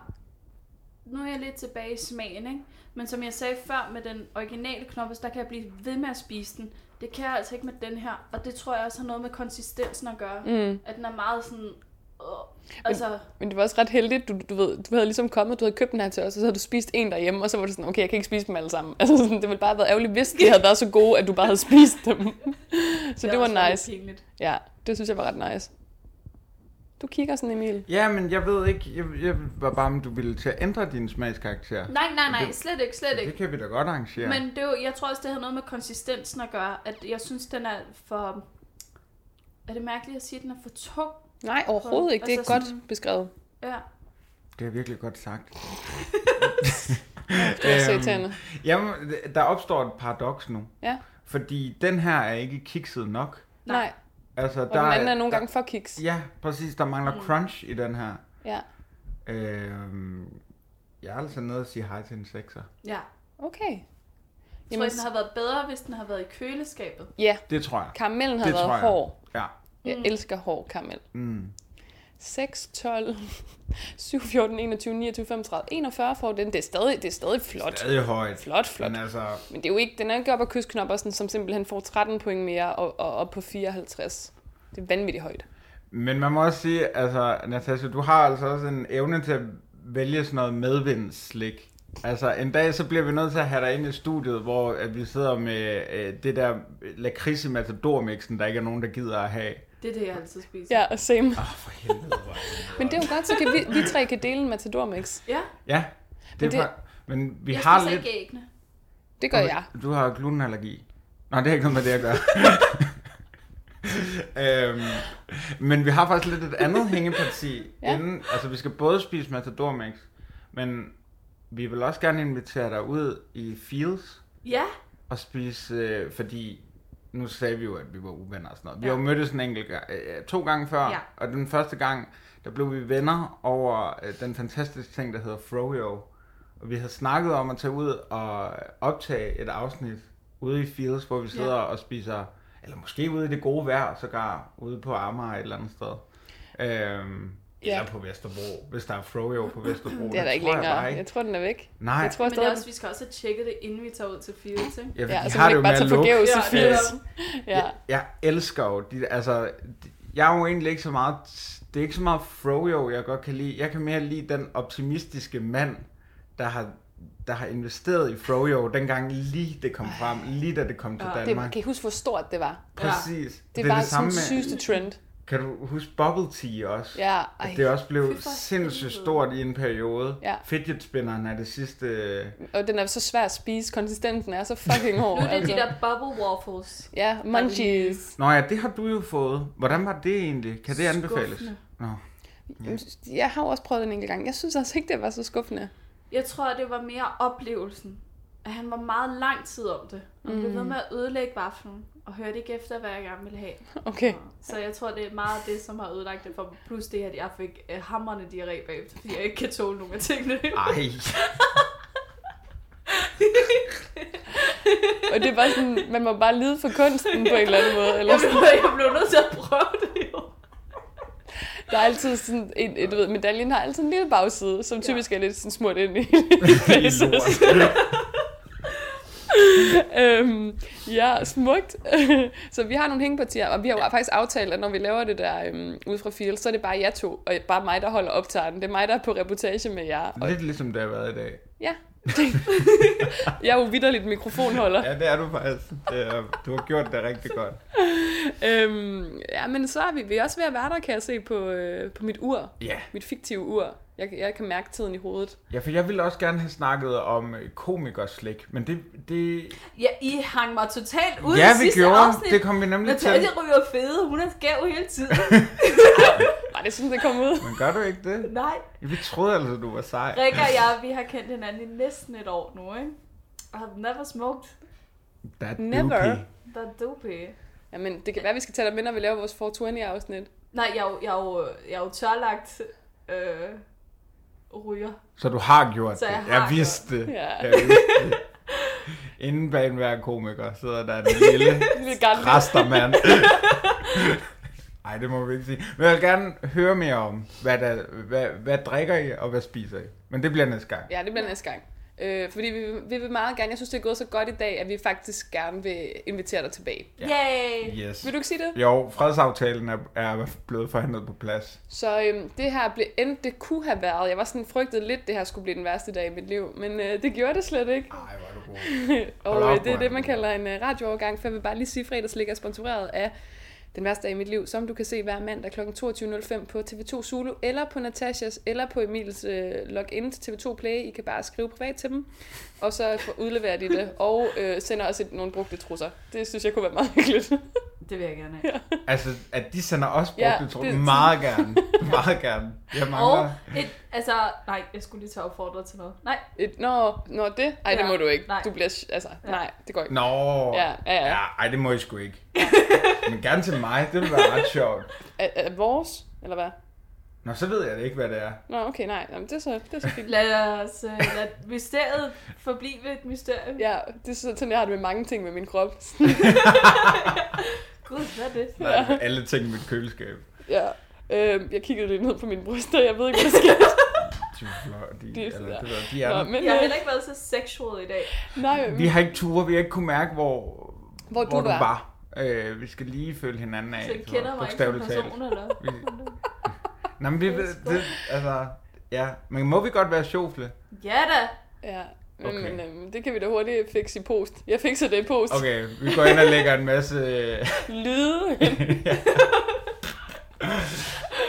S5: nu er jeg lidt tilbage i smagen, ikke? Men som jeg sagde før med den originale knoppes, der kan jeg blive ved med at spise den. Det kan jeg altså ikke med den her, og det tror jeg også har noget med konsistensen at gøre.
S7: Mm.
S5: At den er meget sådan... Øh, altså,
S7: Men det var også ret heldigt, du, du ved, du havde ligesom kommet, du havde købt den her til os, og så havde du spist en derhjemme, og så var det sådan, okay, jeg kan ikke spise dem alle sammen. Altså sådan, det ville bare have været ærgerligt, hvis de havde været så gode, at du bare havde spist dem. så det
S5: også
S7: var
S5: lidt
S7: nice.
S5: pinligt.
S7: Ja, det synes jeg var ret nice. Du kigger sådan, Emil.
S6: Ja, men jeg ved ikke, jeg, jeg var bare, om du ville til at ændre din smagskarakter.
S5: Nej, nej, nej,
S6: Det-
S5: slet ikke, slet
S6: Det
S5: ikke.
S6: kan vi da godt arrangere.
S5: Men det er jo, jeg tror også, det har noget med konsistensen at gøre. At jeg synes, den er for... Er det mærkeligt at sige, at den er for tung?
S7: Nej, overhovedet ikke. Det er
S5: Altså
S7: godt
S5: sådan-
S7: beskrevet.
S5: Ja.
S6: Det er virkelig godt sagt.
S7: Det er så
S6: Øhm,
S7: irriterende.
S6: Jamen, der opstår et paradoks nu.
S7: Ja.
S6: Fordi den her er ikke kikset nok.
S7: Nej,
S6: Altså,
S7: og den anden er nogle gange for kiks.
S6: Ja, præcis. Der mangler mm. crunch i den her.
S7: Ja.
S6: Øhm, jeg er altså nede og sige hej til en sekser.
S5: Ja.
S7: Okay.
S5: Jeg tror,
S7: Jamen,
S5: den havde været bedre, hvis den havde været i køleskabet.
S7: ja,
S6: Det tror jeg.
S7: karamellen har
S6: Det tror
S7: været
S6: jeg.
S7: hård.
S6: Ja.
S5: Mm.
S7: Jeg elsker hård karamel.
S6: Mm.
S7: 6, 12, 7, 14, 21, 29, 35, 41 får den. Det er stadig, det er stadig flot.
S6: Stadig højt.
S7: Flot, flot.
S6: Men altså,
S7: Men det er jo ikke, den er jo ikke op ad kystknoppersen, som simpelthen får 13 point mere og, og op på 54. Det er vanvittigt højt.
S6: men man må også sige, altså, Natasha, du har altså også en evne til at vælge sådan noget medvindsslik. Altså, en dag så bliver vi nødt til at have dig ind i studiet, hvor at vi sidder med øh, det der lakrids i matadormixen, der ikke er nogen, der gider at have.
S5: Det er det, jeg altid spiser.
S7: Ja, og same.
S6: Åh, Ah, for helvede, hvor er det
S7: Men det er jo godt, så kan vi, vi tre kan dele en Matador Mix.
S5: ja.
S6: Ja, det,
S7: Men
S6: men,
S7: det-
S6: det... men vi
S5: jeg
S6: har
S5: spiser
S6: lidt...
S5: ikke æggene.
S7: Det gør jeg.
S6: Du har glutenallergi. Nej, det er ikke noget med det at gøre. øhm, men vi har faktisk lidt et andet hængeparti.
S7: Ja.
S6: ja. inden, altså, vi skal både spise Matador Mix, men vi vil også gerne invitere dig ud i Fields
S5: Ja,
S6: og spise, øh, fordi nu sagde vi jo, at vi var uvenner og sådan noget. Vi ja. har jo mødtes en enkelt gang, øh, to gange før,
S5: Ja.
S6: og den første gang, der blev vi venner over øh, den fantastiske ting, der hedder Froyo. Og vi havde snakket om at tage ud og optage et afsnit ude i Fields, hvor vi sidder ja. og spiser, eller måske ude i det gode vejr, sågar ude på Amager et eller andet sted. Øhm,
S7: Ja.
S6: ja. Eller på Vesterbro, hvis der er Froyo på Vesterbro.
S7: Det er der ikke
S6: tror jeg
S7: længere.
S6: bare ikke.
S7: Jeg tror, den er væk.
S6: Nej.
S7: Jeg tror
S5: men det
S7: stadig,
S5: er også, vi skal også have tjekket det, inden vi tager ud til Fields, ikke?
S6: Ja,
S7: ja,
S6: de
S7: så
S6: har det
S7: man
S6: jo med
S7: ikke bare
S6: at
S7: tager
S6: lukke.
S7: forgæves i
S5: Ja, det er
S7: 80. Ja.
S6: Jeg elsker jo, de, altså, de- jeg er jo egentlig ikke så meget, det er ikke så meget Froyo, jeg godt kan lide. Jeg kan mere lide den optimistiske mand, der har, der har investeret i Froyo, dengang lige det kom frem, lige da det kom til
S7: Det,
S6: Danmark.
S7: kan I huske, hvor stort det var?
S6: Præcis.
S7: Det, var sådan sygeste trend.
S6: Kan du huske Bubble Tea også?
S7: Ja, ej.
S6: At det også blev
S5: for
S6: sindssygt
S5: helvede.
S6: stort i en periode.
S7: Ja.
S6: Fidget spinneren er det sidste...
S7: Og den er så svær at spise. Konsistensen er så fucking hård. altså.
S5: Nu er det de der bubble waffles.
S7: Ja, munchies.
S6: Nå ja, det har du jo fået. Hvordan var det egentlig? Kan det anbefales?
S5: Skuffende.
S6: Nå.
S7: Jeg har jo også prøvet den enkelt gang. Jeg synes altså ikke, det var så skuffende.
S5: Jeg tror, det var mere oplevelsen. At han var meget lang tid om det. Og blev
S7: Mm.
S5: ved med at ødelægge vaflen. Og hørte ikke efter, hvad jeg gerne ville have.
S7: Okay.
S5: Så jeg tror, det er meget det, som har ødelagt det for mig. Plus det, at jeg fik øh, hammerne diarré bagefter, fordi jeg ikke kan tåle nogen af tingene.
S6: Ej.
S7: Og det var sådan, man må bare lide for kunsten på en eller anden måde. Eller
S5: Jeg
S7: sådan.
S5: blev, jeg blev nødt til at prøve det jo.
S7: Der er altid sådan en, en, du ved, medaljen har altid en lille bagside, som typisk er lidt sådan smurt ind i.
S6: Det er lort.
S7: øhm, ja, smukt. så vi har nogle hængepartier, og vi har jo faktisk aftalt, at når vi laver det der øhm, ud fra Fields, så er det bare jer to, og bare mig, der holder optageren. Det er mig, der er på reportage med jer. Og,
S6: Lidt ligesom det har været i dag.
S7: ja. jeg er jo vidderligt mikrofonholder.
S6: Ja, det er du faktisk. Det er, du har gjort det rigtig godt.
S7: Øhm, ja, men så er vi, vi er også ved at være der, kan jeg se på, øh, på mit ur.
S6: Ja.
S7: Mit fiktive ur. Jeg, kan- jeg kan mærke tiden i hovedet.
S6: Ja, for jeg ville også gerne have snakket om øh, komikerslik, men det... det
S5: Ja, I hang mig totalt ud
S6: ja,
S5: i
S6: vi
S5: sidste
S6: gjorde.
S5: afsnit.
S6: Det kom vi nemlig til.
S5: Natalia ryger fede, hun er skæv hele tiden.
S7: Var det sådan, det kom ud?
S6: Men gør du ikke det?
S5: Nej.
S6: Vi troede altså, du var sej.
S5: Rikke og jeg, vi har kendt hinanden i næsten et år nu, ikke? I have never smoked
S6: That
S7: Never.
S6: doopy.
S5: the doopie.
S7: Jamen, det kan være, vi skal tage dig med, når vi laver vores 420-afsnit.
S5: Nej, jeg, er jo- jeg, er jo- jeg er jo tørlagt øh, ryger.
S6: Så du har gjort
S5: Så jeg
S6: det.
S5: har
S6: Jeg vidste det.
S7: Ja.
S6: Jeg vidste det. Inden bag enhver komiker sidder der en lille
S7: Lille gamle.
S6: restermand. Nej, det må vi ikke sige. Men jeg vil gerne høre mere om, hvad, der, hvad, hvad drikker I og hvad spiser I? Men det bliver næste gang.
S7: Ja, det bliver næste gang. Øh, fordi vi, vi vil meget gerne, jeg synes, det er gået så godt i dag, at vi faktisk gerne vil invitere dig tilbage.
S5: Ja. Yay!
S6: Yes.
S7: Vil du ikke sige det?
S6: Jo, fredsaftalen er, er blevet forhandlet på plads.
S7: Så øhm, det her blev end det kunne have været. Jeg var sådan frygtet lidt, det her skulle blive den værste dag i mit liv, men øh, det gjorde det slet ikke.
S6: Ej, hvor er du god. Hold
S7: Og
S6: op,
S7: øh, det er
S6: mand.
S7: det, man kalder en øh, radioovergang, for jeg vil bare lige sige, at fredagslik er sponsoreret af Den værste dag i mit liv, som du kan se hver mandag kl. 22.05 på TV2 Zulu, eller på Natashas, eller på Emils øh, login til TV2 Play. I kan bare skrive privat til dem, og så får- udleverer de det, og øh, sender også et, nogle brugte trusser. Det synes jeg kunne være meget hyggeligt.
S5: Det vil jeg gerne have.
S6: Altså, at de sender også brugte
S7: Ja,
S6: ja, tror
S7: det-
S6: meget gerne. Meget gerne. Jeg
S5: Og
S6: mangler...
S5: et, altså, nej, jeg skulle lige tage opfordre til noget. Nej,
S7: Et, nå, nå, det? Ej, det
S5: Ja,
S7: må du ikke.
S5: nej.
S7: Du bliver... s- Altså, nej, det går ikke.
S6: Nå,
S7: Ja, ja, ja.
S6: ja ej, det må I sgu ikke. Men gerne til mig, det ville være ret sjovt.
S7: Er, er vores, eller hvad?
S6: Nå, så ved jeg det ikke, hvad det er.
S7: Nå, okay, nej. Jamen, det er så, det er så fint.
S5: lad os uh, lad mysteriet forblive et mysterium.
S7: Ja, det er sådan, jeg har det med mange ting med min krop.
S5: Gud, hvad er det?
S6: Der er alle ting i mit køleskab.
S7: Ja. Øhm, jeg kiggede lige ned på mine bryster, jeg ved ikke, hvad der sker.
S6: De, er flot, de,
S7: De er
S6: eller,
S7: sådan
S6: det der, de er
S7: Nå,
S6: der.
S7: men,
S5: Jeg har
S7: øh,
S5: heller ikke været så sexual i dag.
S7: nej,
S6: Vi
S7: men,
S6: har ikke ture, vi har ikke kunne mærke, hvor,
S7: Hvor du
S6: du
S7: var.
S6: var. Øh, vi skal lige følge hinanden af.
S5: Så jeg
S6: tror
S5: kender
S6: jeg,
S5: mig ikke som
S6: bogstaveligt talt.
S5: person, eller?
S6: Vi... Nå, men vi ved, det, altså, ja. Men må vi godt være sjofle?
S5: Ja da!
S7: ja, men,
S6: Okay.
S7: men øhm, det kan vi da hurtigt fikse i post. Jeg fikser det i post.
S6: Okay, vi går ind og lægger en masse...
S7: Lyde.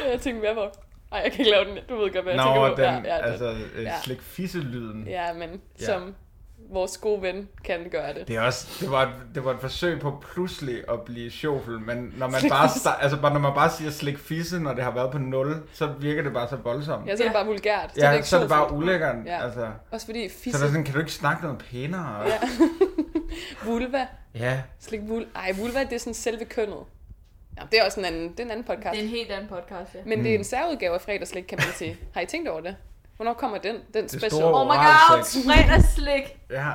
S7: jeg tænkte, hvad var... Ej, jeg kan ikke lave den. Du ved godt, hvad jeg
S6: Nå,
S7: tænker på.
S6: den,
S7: ja, ja,
S6: altså,
S7: Ja.
S6: øh, slik fisselyden.
S7: ja, men
S6: Ja.
S7: som vores gode ven kan gøre det.
S6: Det, er også, det, var et, det var et forsøg på pludselig at blive sjofel, men når man, bare, sta- altså, bare- når man bare siger slik fisse, når det har været på 0, så virker det bare så voldsomt.
S7: Ja, så er det bare vulgært.
S6: Ja,
S7: ikke
S6: så er det bare
S7: sjovt.
S6: ulækkert.
S7: Ja.
S6: Ja. Altså,
S7: Også fordi
S6: så er
S7: fisse,
S6: der sådan, kan du ikke snakke noget pænere? Ja.
S7: vulva,
S6: ja.
S7: slik vulva. Ej, vulva, det er sådan selve kønnet. Ja, det er også en anden, det er en anden podcast.
S5: Det er en helt anden podcast, ja.
S7: Men det er en særudgave af fredagslik, kan man sige. Har I tænkt over det? Hvornår kommer den? Den special.
S6: store-
S5: Oh my god,
S6: Oralsex.
S5: fredagsslik!
S6: ja.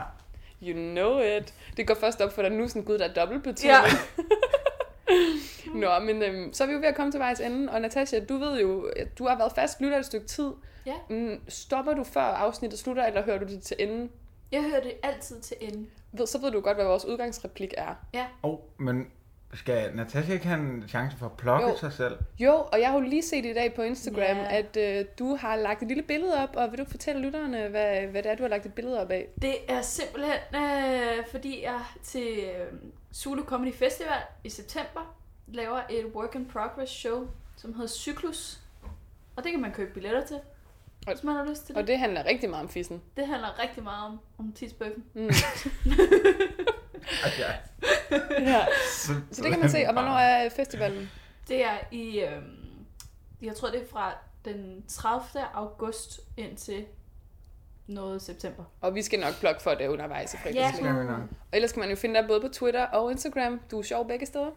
S7: You know it. Det går først op for dig nu, sådan gud, der er dobbelt betydning.
S5: Ja.
S7: Ja. Nå, men øhm, så er vi jo ved at komme til vejs ende. Og Natasha, du ved jo, at du har været fast lytter et stykke tid.
S5: Ja.
S7: Mm, Stopper du før afsnittet slutter, eller hører du det til enden?
S5: Jeg hører det altid til ende.
S7: Ved- Så ved du godt, hvad vores udgangsreplik er.
S6: Oh, men skal Natasha ikke have en chance for at plukke
S7: Jo.
S6: sig selv?
S7: Jo, og jeg har jo lige set i dag på Instagram,
S5: Ja.
S7: at øh, du har lagt et lille billede op, og vil du ikke fortælle lytterne, hvad, hvad det er, du har lagt et billede op af?
S5: Det er simpelthen, øh, fordi jeg til øh, Zulu Comedy Festival i september laver et work in progress show, som hedder Cyklus. Og det kan man købe billetter til, hvis man har lyst til
S7: Og
S5: det.
S7: det handler rigtig meget om fissen.
S5: Det handler rigtig meget om, om tidsbøffen.
S6: Ja.
S7: Ja. Så det kan man se. Og hvornår er festivalen?
S5: Det er i, øh, jeg tror det er fra den 30. august indtil noget september.
S7: Og vi skal nok blogge for det undervejs i fredagslæg.
S6: Skal vi nok.
S7: Og ellers kan man jo finde dig både på Twitter og Instagram. Du er sjov begge steder.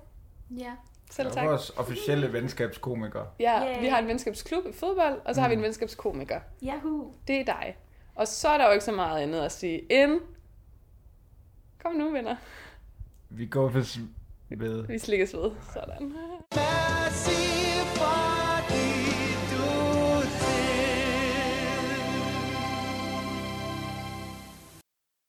S5: Ja.
S7: Selv
S6: Det er
S7: tak.
S6: vores officielle venskabskomiker.
S7: Ja,
S5: Yay.
S7: vi har en venskabsklub i fodbold, og så har vi en venskabskomiker.
S5: Yahoo!
S7: Det er dig. Og så er der jo ikke så meget andet at sige end... Kom nu, venner.
S6: Vi går for s- ved.
S7: Vi slikkes ved. Sådan.
S8: Massive